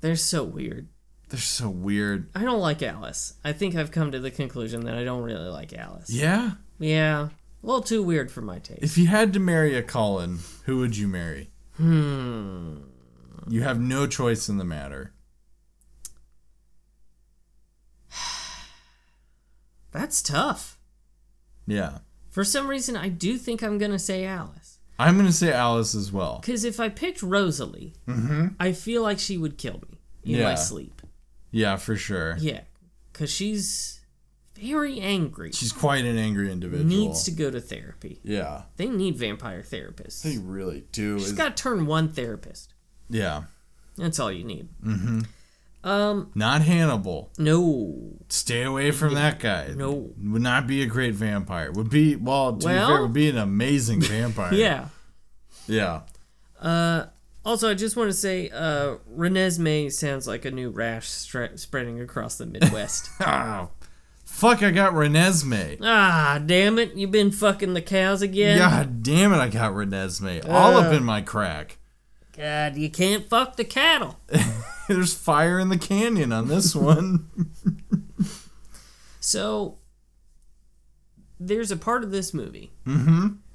[SPEAKER 3] They're so weird.
[SPEAKER 2] They're so weird.
[SPEAKER 3] I don't like Alice. I think I've come to the conclusion that I don't really like Alice.
[SPEAKER 2] Yeah?
[SPEAKER 3] Yeah. A little too weird for my taste.
[SPEAKER 2] If you had to marry a Cullen, who would you marry?
[SPEAKER 3] Hmm.
[SPEAKER 2] You have no choice in the matter.
[SPEAKER 3] That's tough.
[SPEAKER 2] Yeah.
[SPEAKER 3] For some reason, I do think I'm going to say Alice.
[SPEAKER 2] I'm going to say Alice as well.
[SPEAKER 3] Because if I picked Rosalie, I feel like she would kill me in my
[SPEAKER 2] Mm-hmm. Yeah.
[SPEAKER 3] sleep.
[SPEAKER 2] Yeah, for sure.
[SPEAKER 3] Yeah. Because she's very angry. She
[SPEAKER 2] She's quite an angry individual.
[SPEAKER 3] needs to go to therapy.
[SPEAKER 2] Yeah.
[SPEAKER 3] They need vampire therapists.
[SPEAKER 2] They really do.
[SPEAKER 3] She's
[SPEAKER 2] Is-
[SPEAKER 3] got to turn one therapist.
[SPEAKER 2] yeah.
[SPEAKER 3] That's all you need. Mm-hmm. Um,
[SPEAKER 2] Not Hannibal.
[SPEAKER 3] no.
[SPEAKER 2] Stay away from that guy.
[SPEAKER 3] No.
[SPEAKER 2] Would not be a great vampire. Would be well, to
[SPEAKER 3] Well-
[SPEAKER 2] be fair, would be an
[SPEAKER 3] (laughs)
[SPEAKER 2] amazing vampire.
[SPEAKER 3] Yeah.
[SPEAKER 2] Yeah.
[SPEAKER 3] Uh, also, I just want to say, uh, Renesmee sounds like a new rash stra- spreading across the Midwest.
[SPEAKER 2] Ah, fuck I got Renesmee.
[SPEAKER 3] ah, damn it! You've been fucking the cows again.
[SPEAKER 2] God damn it, I got Renesmee. All
[SPEAKER 3] Uh.
[SPEAKER 2] up in my crack. (laughs)
[SPEAKER 3] God, you can't fuck the cattle.
[SPEAKER 2] There's fire in the canyon on
[SPEAKER 3] (laughs)
[SPEAKER 2] this one.
[SPEAKER 3] So there's a part of this movie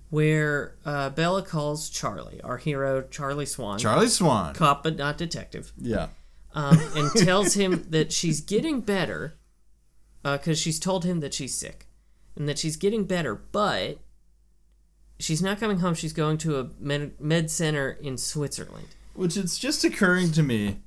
[SPEAKER 3] where uh, Bella calls Charlie, our hero, Charlie Swan,
[SPEAKER 2] Charlie Swan.
[SPEAKER 3] cop but not detective,
[SPEAKER 2] Yeah.
[SPEAKER 3] um, and tells him that she's getting better because she's told him that she's sick and that she's getting better, but she's not coming home. She's going to a med, med center in Switzerland.
[SPEAKER 2] Which it's just occurring to me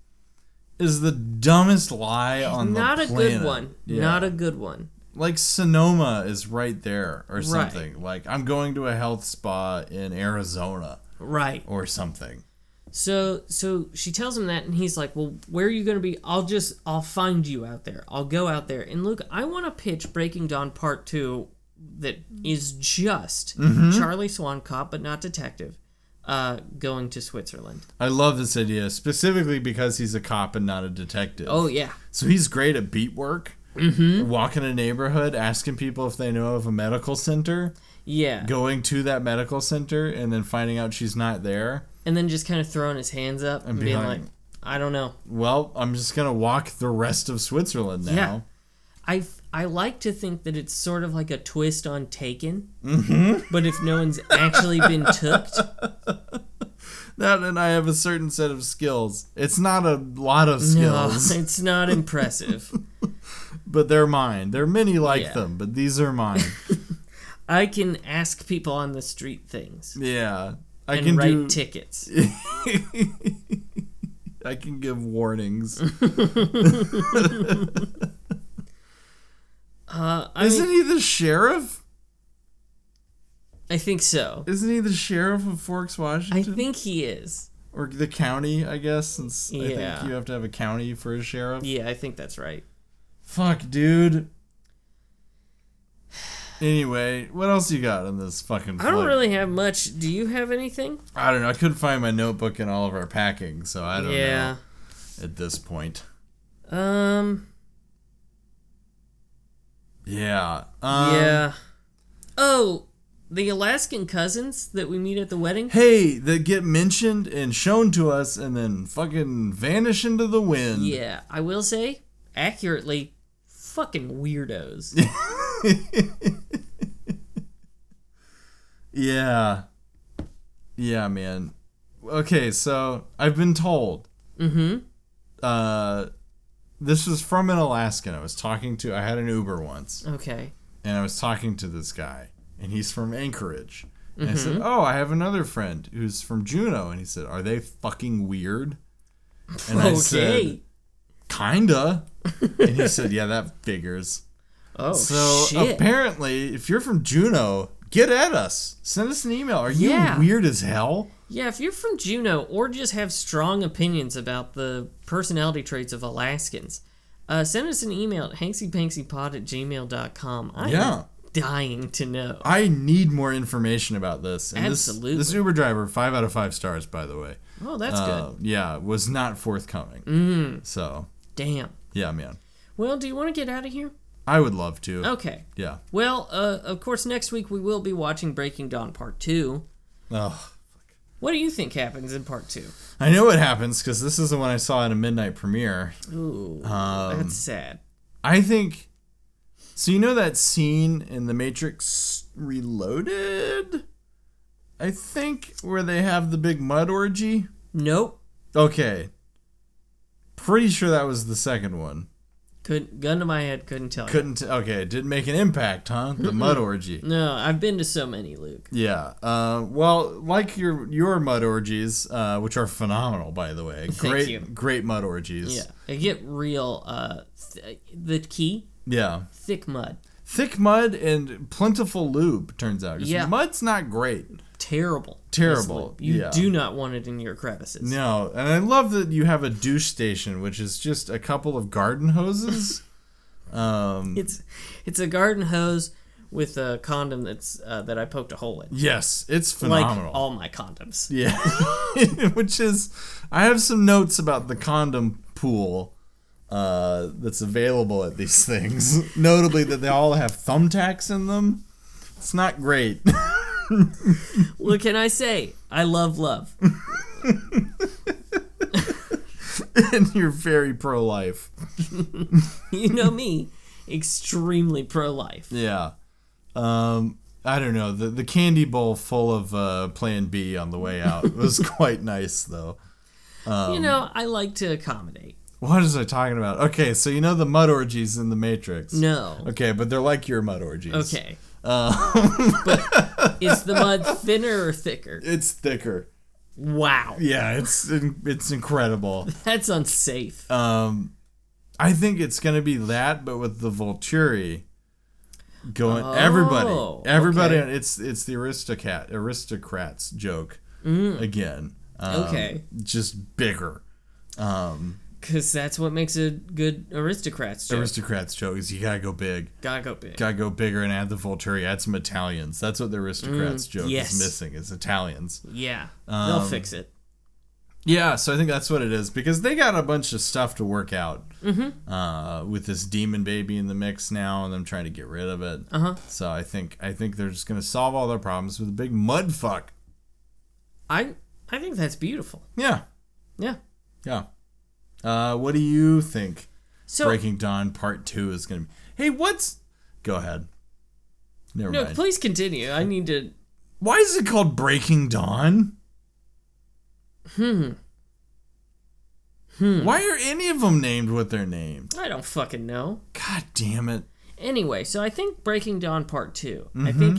[SPEAKER 2] is the dumbest lie on
[SPEAKER 3] Not
[SPEAKER 2] the
[SPEAKER 3] a
[SPEAKER 2] planet.
[SPEAKER 3] good one.
[SPEAKER 2] Yeah.
[SPEAKER 3] Not a good one.
[SPEAKER 2] like Sonoma is right there or something.
[SPEAKER 3] something.
[SPEAKER 2] Like I'm going to a health spa in Arizona
[SPEAKER 3] Right.
[SPEAKER 2] or something.
[SPEAKER 3] So so she tells him that and he's like, "Well, where are you going to be? I'll just I'll find you out there. I'll go out there." And Luke, I want to pitch Breaking Dawn Part 2 that is just Charlie Swan cop but not detective uh going to Switzerland.
[SPEAKER 2] I love this idea specifically because he's a cop and not a detective.
[SPEAKER 3] Oh yeah.
[SPEAKER 2] So he's great at beat work. Mm-hmm. Walking a neighborhood, asking people if they know of a medical center,
[SPEAKER 3] Yeah.
[SPEAKER 2] going to that medical center, and then finding out she's not there.
[SPEAKER 3] And then just kind of throwing his hands up and, being
[SPEAKER 2] being
[SPEAKER 3] like,
[SPEAKER 2] like,
[SPEAKER 3] "I don't know."
[SPEAKER 2] Well, I'm just gonna walk the rest of Switzerland now.
[SPEAKER 3] Yeah. I I like to think that it's sort of like a twist on Taken. Mm-hmm. But if no one's actually (laughs) been tooked,
[SPEAKER 2] That and I have a certain set of skills. It's not a lot of
[SPEAKER 3] no,
[SPEAKER 2] skills,
[SPEAKER 3] it's not impressive.
[SPEAKER 2] but they're mine. There are many like
[SPEAKER 3] Yeah.
[SPEAKER 2] them, but these are (laughs) mine.
[SPEAKER 3] I can ask people on the street things
[SPEAKER 2] yeah. I
[SPEAKER 3] and
[SPEAKER 2] can
[SPEAKER 3] write
[SPEAKER 2] (laughs) do
[SPEAKER 3] tickets. (laughs)
[SPEAKER 2] I can give warnings.
[SPEAKER 3] (laughs) Uh, I,
[SPEAKER 2] Isn't
[SPEAKER 3] mean,
[SPEAKER 2] he the sheriff?
[SPEAKER 3] I think so.
[SPEAKER 2] Isn't he the sheriff of Forks,
[SPEAKER 3] I
[SPEAKER 2] Washington?
[SPEAKER 3] think he is.
[SPEAKER 2] or the county, I guess, since I
[SPEAKER 3] Yeah.
[SPEAKER 2] think you have to have a county for a sheriff.
[SPEAKER 3] Yeah, I think that's right.
[SPEAKER 2] Fuck, dude. Anyway, what else you got on this fucking
[SPEAKER 3] I don't
[SPEAKER 2] flight?
[SPEAKER 3] really have much. Do you have anything?
[SPEAKER 2] I don't know. I couldn't find my notebook in all of our packing, so I don't
[SPEAKER 3] yeah.
[SPEAKER 2] know at this point.
[SPEAKER 3] Um.
[SPEAKER 2] Yeah. Um,
[SPEAKER 3] yeah. Oh, the Alaskan cousins that we meet at the (laughs) wedding.
[SPEAKER 2] Hey, that get mentioned and shown to us and then fucking vanish into the wind.
[SPEAKER 3] Yeah, I will say accurately, fucking (laughs) weirdos.
[SPEAKER 2] Yeah. Yeah, man. Okay, so I've been told. Mm-hmm. Uh this was from an Alaskan. I was talking to I had an Uber once
[SPEAKER 3] okay.
[SPEAKER 2] and I was talking to this guy and he's from Anchorage. And I
[SPEAKER 3] Mm-hmm.
[SPEAKER 2] said, Oh, I have another friend who's from Juneau and he said, Are they fucking weird? And I
[SPEAKER 3] (laughs) okay.
[SPEAKER 2] said, Kinda And he said, Yeah, that figures.
[SPEAKER 3] oh
[SPEAKER 2] So
[SPEAKER 3] shit.
[SPEAKER 2] apparently, if you're from Juneau, get at us. Send us an email. Are you
[SPEAKER 3] Yeah.
[SPEAKER 2] weird as hell?
[SPEAKER 3] Yeah, if you're from Juneau or just have strong opinions about the personality traits of Alaskans, uh, send us an email at hanksypanksypod at gmail.com. I'm
[SPEAKER 2] Yeah.
[SPEAKER 3] dying to know.
[SPEAKER 2] I need more information about this. And this-
[SPEAKER 3] Absolutely.
[SPEAKER 2] This, Uber driver, five out of five stars, by the way.
[SPEAKER 3] Oh, that's
[SPEAKER 2] Uh,
[SPEAKER 3] good.
[SPEAKER 2] yeah, was not forthcoming. Mm. So,
[SPEAKER 3] Damn.
[SPEAKER 2] yeah, man.
[SPEAKER 3] Well, do you want to get out of here?
[SPEAKER 2] I would love to.
[SPEAKER 3] Okay.
[SPEAKER 2] Yeah.
[SPEAKER 3] Well, uh, of course, next week we will be watching Breaking Dawn Part 2.
[SPEAKER 2] Oh,
[SPEAKER 3] What do you think happens in Part 2?
[SPEAKER 2] I know what happens because this is the one I saw at a midnight premiere.
[SPEAKER 3] Ooh,
[SPEAKER 2] Um,
[SPEAKER 3] that's sad.
[SPEAKER 2] I think. So you know that scene in The Matrix Reloaded? I think where they have the big mud orgy.
[SPEAKER 3] Nope.
[SPEAKER 2] Okay. Pretty sure that was the second one.
[SPEAKER 3] Couldn't, gun to my head, couldn't tell you.
[SPEAKER 2] Couldn't okay, it didn't make an impact, huh?
[SPEAKER 3] (laughs)
[SPEAKER 2] The mud orgy.
[SPEAKER 3] No, I've been to so many, Luke.
[SPEAKER 2] Yeah. Uh, well, like your your mud orgies, uh, which are phenomenal by the way. great
[SPEAKER 3] you.
[SPEAKER 2] great mud orgies.
[SPEAKER 3] Yeah, I get real. Uh, th- the key
[SPEAKER 2] Yeah.
[SPEAKER 3] thick mud,
[SPEAKER 2] Thick mud and plentiful lube turns out. 'Cause
[SPEAKER 3] Yeah.
[SPEAKER 2] Mud's not great.
[SPEAKER 3] terrible,
[SPEAKER 2] Terrible,
[SPEAKER 3] Yes, Luke. You
[SPEAKER 2] yeah.
[SPEAKER 3] do not want it in your crevices.
[SPEAKER 2] No, and I love that you have a douche station, which is just a couple of garden
[SPEAKER 3] (laughs)
[SPEAKER 2] hoses. um,
[SPEAKER 3] It's it's a garden hose with a condom that's uh, that I poked a hole in,
[SPEAKER 2] yes, it's
[SPEAKER 3] like
[SPEAKER 2] phenomenal.
[SPEAKER 3] (laughs) all my condoms.
[SPEAKER 2] yeah, (laughs) which is, I have some notes about the condom pool uh, that's available at these
[SPEAKER 3] (laughs)
[SPEAKER 2] things. Notably, that they all have thumbtacks in them. It's not great. (laughs)
[SPEAKER 3] What can I say? I
[SPEAKER 2] (laughs)
[SPEAKER 3] love love.
[SPEAKER 2] and you're very pro-life.
[SPEAKER 3] you know me, extremely pro life.
[SPEAKER 2] Yeah. Um, I don't know. The the candy bowl full of uh, Plan B on the way out was (laughs) quite nice, though.
[SPEAKER 3] you know I like to accommodate.
[SPEAKER 2] What is I talking about? Okay, so you know the mud orgies in the Matrix.
[SPEAKER 3] No,
[SPEAKER 2] Okay, but they're like your mud orgies.
[SPEAKER 3] okay.
[SPEAKER 2] Um, (laughs)
[SPEAKER 3] but is the mud thinner or thicker?
[SPEAKER 2] It's thicker.
[SPEAKER 3] Wow,
[SPEAKER 2] Yeah, it's in- it's incredible.
[SPEAKER 3] that's unsafe.
[SPEAKER 2] Um, I think it's gonna be that, but with the Volturi, going everybody
[SPEAKER 3] Oh,
[SPEAKER 2] everybody
[SPEAKER 3] okay.
[SPEAKER 2] it's it's the aristocrat aristocrats joke again Um,
[SPEAKER 3] Mm. Okay.
[SPEAKER 2] just bigger
[SPEAKER 3] Because that's what makes a good aristocrat's joke.
[SPEAKER 2] aristocrats joke is you gotta go big
[SPEAKER 3] Gotta go big.
[SPEAKER 2] gotta go bigger and add the volturi add some italians that's what the aristocrats joke
[SPEAKER 3] Mm, yes.
[SPEAKER 2] is missing is italians
[SPEAKER 3] yeah. They'll fix it.
[SPEAKER 2] yeah so i think that's what it is because they got a bunch of stuff to work out
[SPEAKER 3] Mm-hmm.
[SPEAKER 2] uh, with this demon baby in the mix now and them trying to get rid of it uh-huh. so i think i think they're just gonna solve all their problems with a big mud fuck
[SPEAKER 3] I I think that's beautiful.
[SPEAKER 2] yeah
[SPEAKER 3] Yeah.
[SPEAKER 2] Yeah. Uh, what do you think
[SPEAKER 3] So
[SPEAKER 2] Breaking Dawn Part Two is gonna be? Hey, what's? Go ahead. Never
[SPEAKER 3] no,
[SPEAKER 2] mind.
[SPEAKER 3] please continue. I need to.
[SPEAKER 2] Why is it called Breaking Dawn? Hmm. Why are any of them named what they're named?
[SPEAKER 3] I don't fucking know.
[SPEAKER 2] God damn it!
[SPEAKER 3] Anyway, so I think Breaking Dawn Part 2 I think,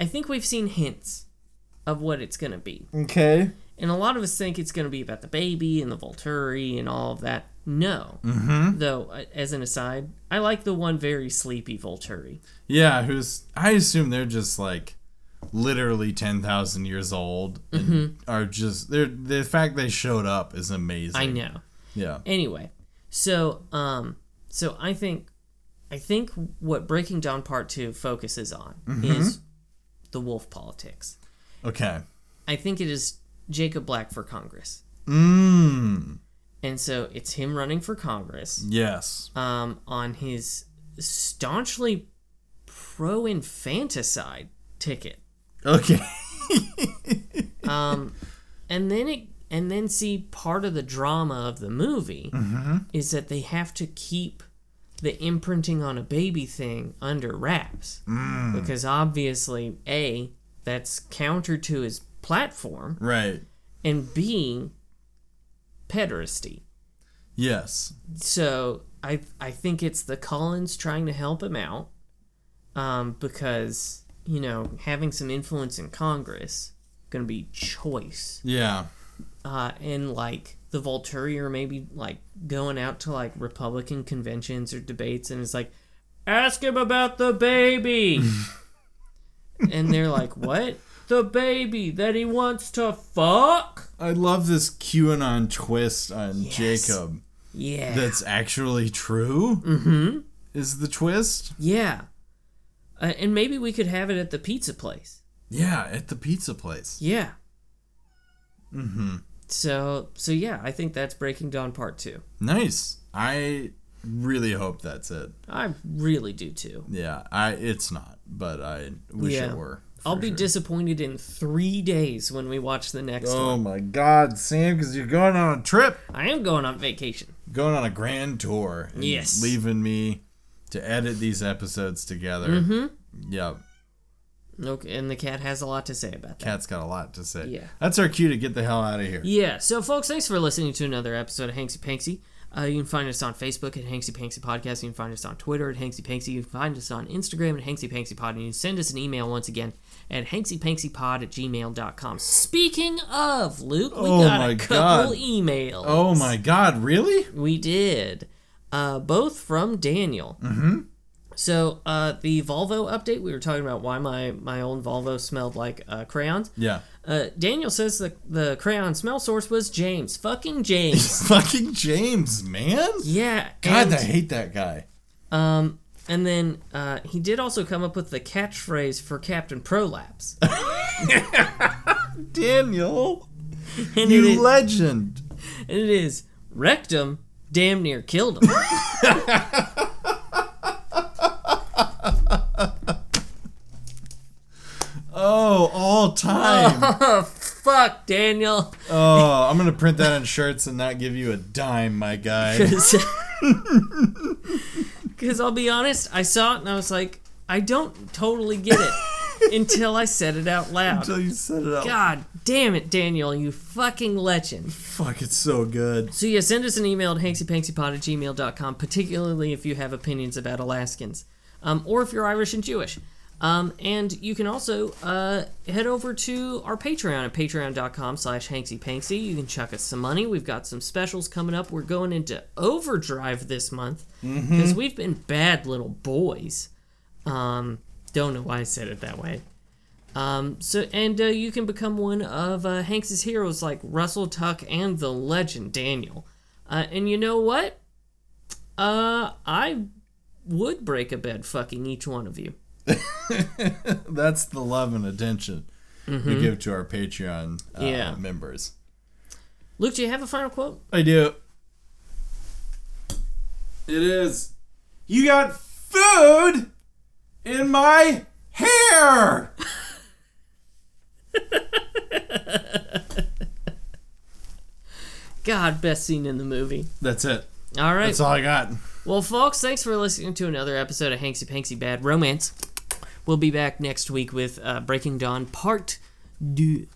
[SPEAKER 3] I think we've seen hints of what it's gonna be,
[SPEAKER 2] Okay.
[SPEAKER 3] and a lot of us think it's gonna be about the baby and the Volturi and all of that. No, mm-hmm. though, uh, as an aside, I like the one very sleepy Volturi.
[SPEAKER 2] Yeah, who's? I assume they're just like literally ten thousand years old and are just they're the fact they showed up is amazing.
[SPEAKER 3] I know.
[SPEAKER 2] Yeah.
[SPEAKER 3] Anyway, so um, so I think, I think what Breaking Dawn Part Two focuses on is the wolf politics.
[SPEAKER 2] Okay.
[SPEAKER 3] I think it is Jacob Black for Congress.
[SPEAKER 2] Mmm.
[SPEAKER 3] And so it's him running for Congress
[SPEAKER 2] Yes.
[SPEAKER 3] um, on his staunchly pro infanticide ticket.
[SPEAKER 2] Okay. (laughs)
[SPEAKER 3] Um, and then it and then see part of the drama of the movie is that they have to keep the imprinting on a baby thing under wraps because obviously a that's counter to his platform
[SPEAKER 2] Right.
[SPEAKER 3] and b pederasty
[SPEAKER 2] Yes.
[SPEAKER 3] so I I think it's the Collins trying to help him out, um, because you know having some influence in Congress gonna be choice,
[SPEAKER 2] Yeah.
[SPEAKER 3] uh, and like the Volturi or maybe like going out to like Republican conventions or debates and it's like, ask him about
[SPEAKER 2] (laughs)
[SPEAKER 3] the baby, and they're like, what the baby that he wants to fuck?
[SPEAKER 2] I love this QAnon twist on Jacob.
[SPEAKER 3] Yeah,
[SPEAKER 2] That's actually true. Mm-hmm. Is the twist?
[SPEAKER 3] yeah, uh, and maybe we could have it at the pizza place.
[SPEAKER 2] Yeah, at the pizza place.
[SPEAKER 3] Yeah. Mm-hmm.
[SPEAKER 2] Mm-hmm.
[SPEAKER 3] So so yeah, I think that's Breaking Dawn Part Two.
[SPEAKER 2] Nice. I really hope that's it.
[SPEAKER 3] I really do too.
[SPEAKER 2] Yeah. I. It's not, but I wish
[SPEAKER 3] yeah.
[SPEAKER 2] it were.
[SPEAKER 3] I'll
[SPEAKER 2] for
[SPEAKER 3] be
[SPEAKER 2] sure.
[SPEAKER 3] disappointed in three days when we watch the next one.
[SPEAKER 2] Oh my God, Sam! Because you're going on a trip,
[SPEAKER 3] I am going on vacation.
[SPEAKER 2] going on a grand tour. and
[SPEAKER 3] Yes.
[SPEAKER 2] Leaving me to edit these episodes together. Mm-hmm. Yep.
[SPEAKER 3] Okay, and the cat has a lot to say about that.
[SPEAKER 2] Cat's got a lot to say.
[SPEAKER 3] Yeah.
[SPEAKER 2] That's our cue to get the hell out of here.
[SPEAKER 3] Yeah. So, folks, thanks for listening to another episode of Hanksy Panksy. Uh, you can find us on Facebook at Hanksy Panksy Podcast. You can find us on Twitter at Hanksy Panksy. You can find us on Instagram at Hanksy Panksy Pod. And you can send us an email once again at hanksypanksypod at gmail.com. Speaking of, Luke, we
[SPEAKER 2] Oh
[SPEAKER 3] got
[SPEAKER 2] my
[SPEAKER 3] a couple
[SPEAKER 2] God.
[SPEAKER 3] emails.
[SPEAKER 2] Oh my God, really?
[SPEAKER 3] We did. Uh, both from Daniel. Mm-hmm. So uh, the Volvo update, we were talking about why my, my old Volvo smelled like uh, crayons.
[SPEAKER 2] Yeah. (laughs)
[SPEAKER 3] Uh, Daniel says the the crayon smell source was James,
[SPEAKER 2] (laughs)
[SPEAKER 3] fucking James.
[SPEAKER 2] Fucking James, man.
[SPEAKER 3] yeah.
[SPEAKER 2] God,
[SPEAKER 3] and,
[SPEAKER 2] I hate that guy.
[SPEAKER 3] um, and then uh, he did also come up with the catchphrase for
[SPEAKER 2] (laughs)
[SPEAKER 3] Captain Prolapse.
[SPEAKER 2] Daniel,
[SPEAKER 3] And, it
[SPEAKER 2] you
[SPEAKER 3] is,
[SPEAKER 2] legend.
[SPEAKER 3] and it is wrecked him, damn
[SPEAKER 2] (laughs)
[SPEAKER 3] near killed him.
[SPEAKER 2] Oh, all time.
[SPEAKER 3] (laughs)
[SPEAKER 2] (laughs)
[SPEAKER 3] Fuck Daniel.
[SPEAKER 2] oh, I'm gonna print that on shirts and not give you a dime, my
[SPEAKER 3] (laughs)
[SPEAKER 2] guy.
[SPEAKER 3] Because I'll be honest, I saw it and I was like, I don't totally get
[SPEAKER 2] (laughs)
[SPEAKER 3] it until I said it out loud.
[SPEAKER 2] Until you set it up.
[SPEAKER 3] God damn it, Daniel, you fucking legend.
[SPEAKER 2] Fuck, it's so good.
[SPEAKER 3] So yeah, send us an email at hanksypanksypod at gmail.com, particularly if you have opinions about Alaskans, um, or if you're Irish and Jewish. Um, and you can also uh, head over to our Patreon at patreon.com slash hanksypanksy. You can chuck us some money. We've got some specials coming up. We're going into overdrive this month because we've been bad little boys. Um, don't know why I said it that way. Um, so and uh, you can become one of uh, Hanks's heroes like Russell Tuck and the legend Daniel. Uh, and you know what? Uh, I would break a bed fucking each one of you.
[SPEAKER 2] That's the love and attention we give to our Patreon uh,
[SPEAKER 3] Mm-hmm. Yeah.
[SPEAKER 2] members.
[SPEAKER 3] Luke, do you have a final quote?
[SPEAKER 2] I do. It is. You got food in my hair.
[SPEAKER 3] God, best scene in the movie.
[SPEAKER 2] That's it.
[SPEAKER 3] All right.
[SPEAKER 2] That's all I got.
[SPEAKER 3] Well, folks, thanks for listening to another episode of Hanksy Panksy Bad Romance. We'll be back next week with uh, Breaking Dawn Part 2.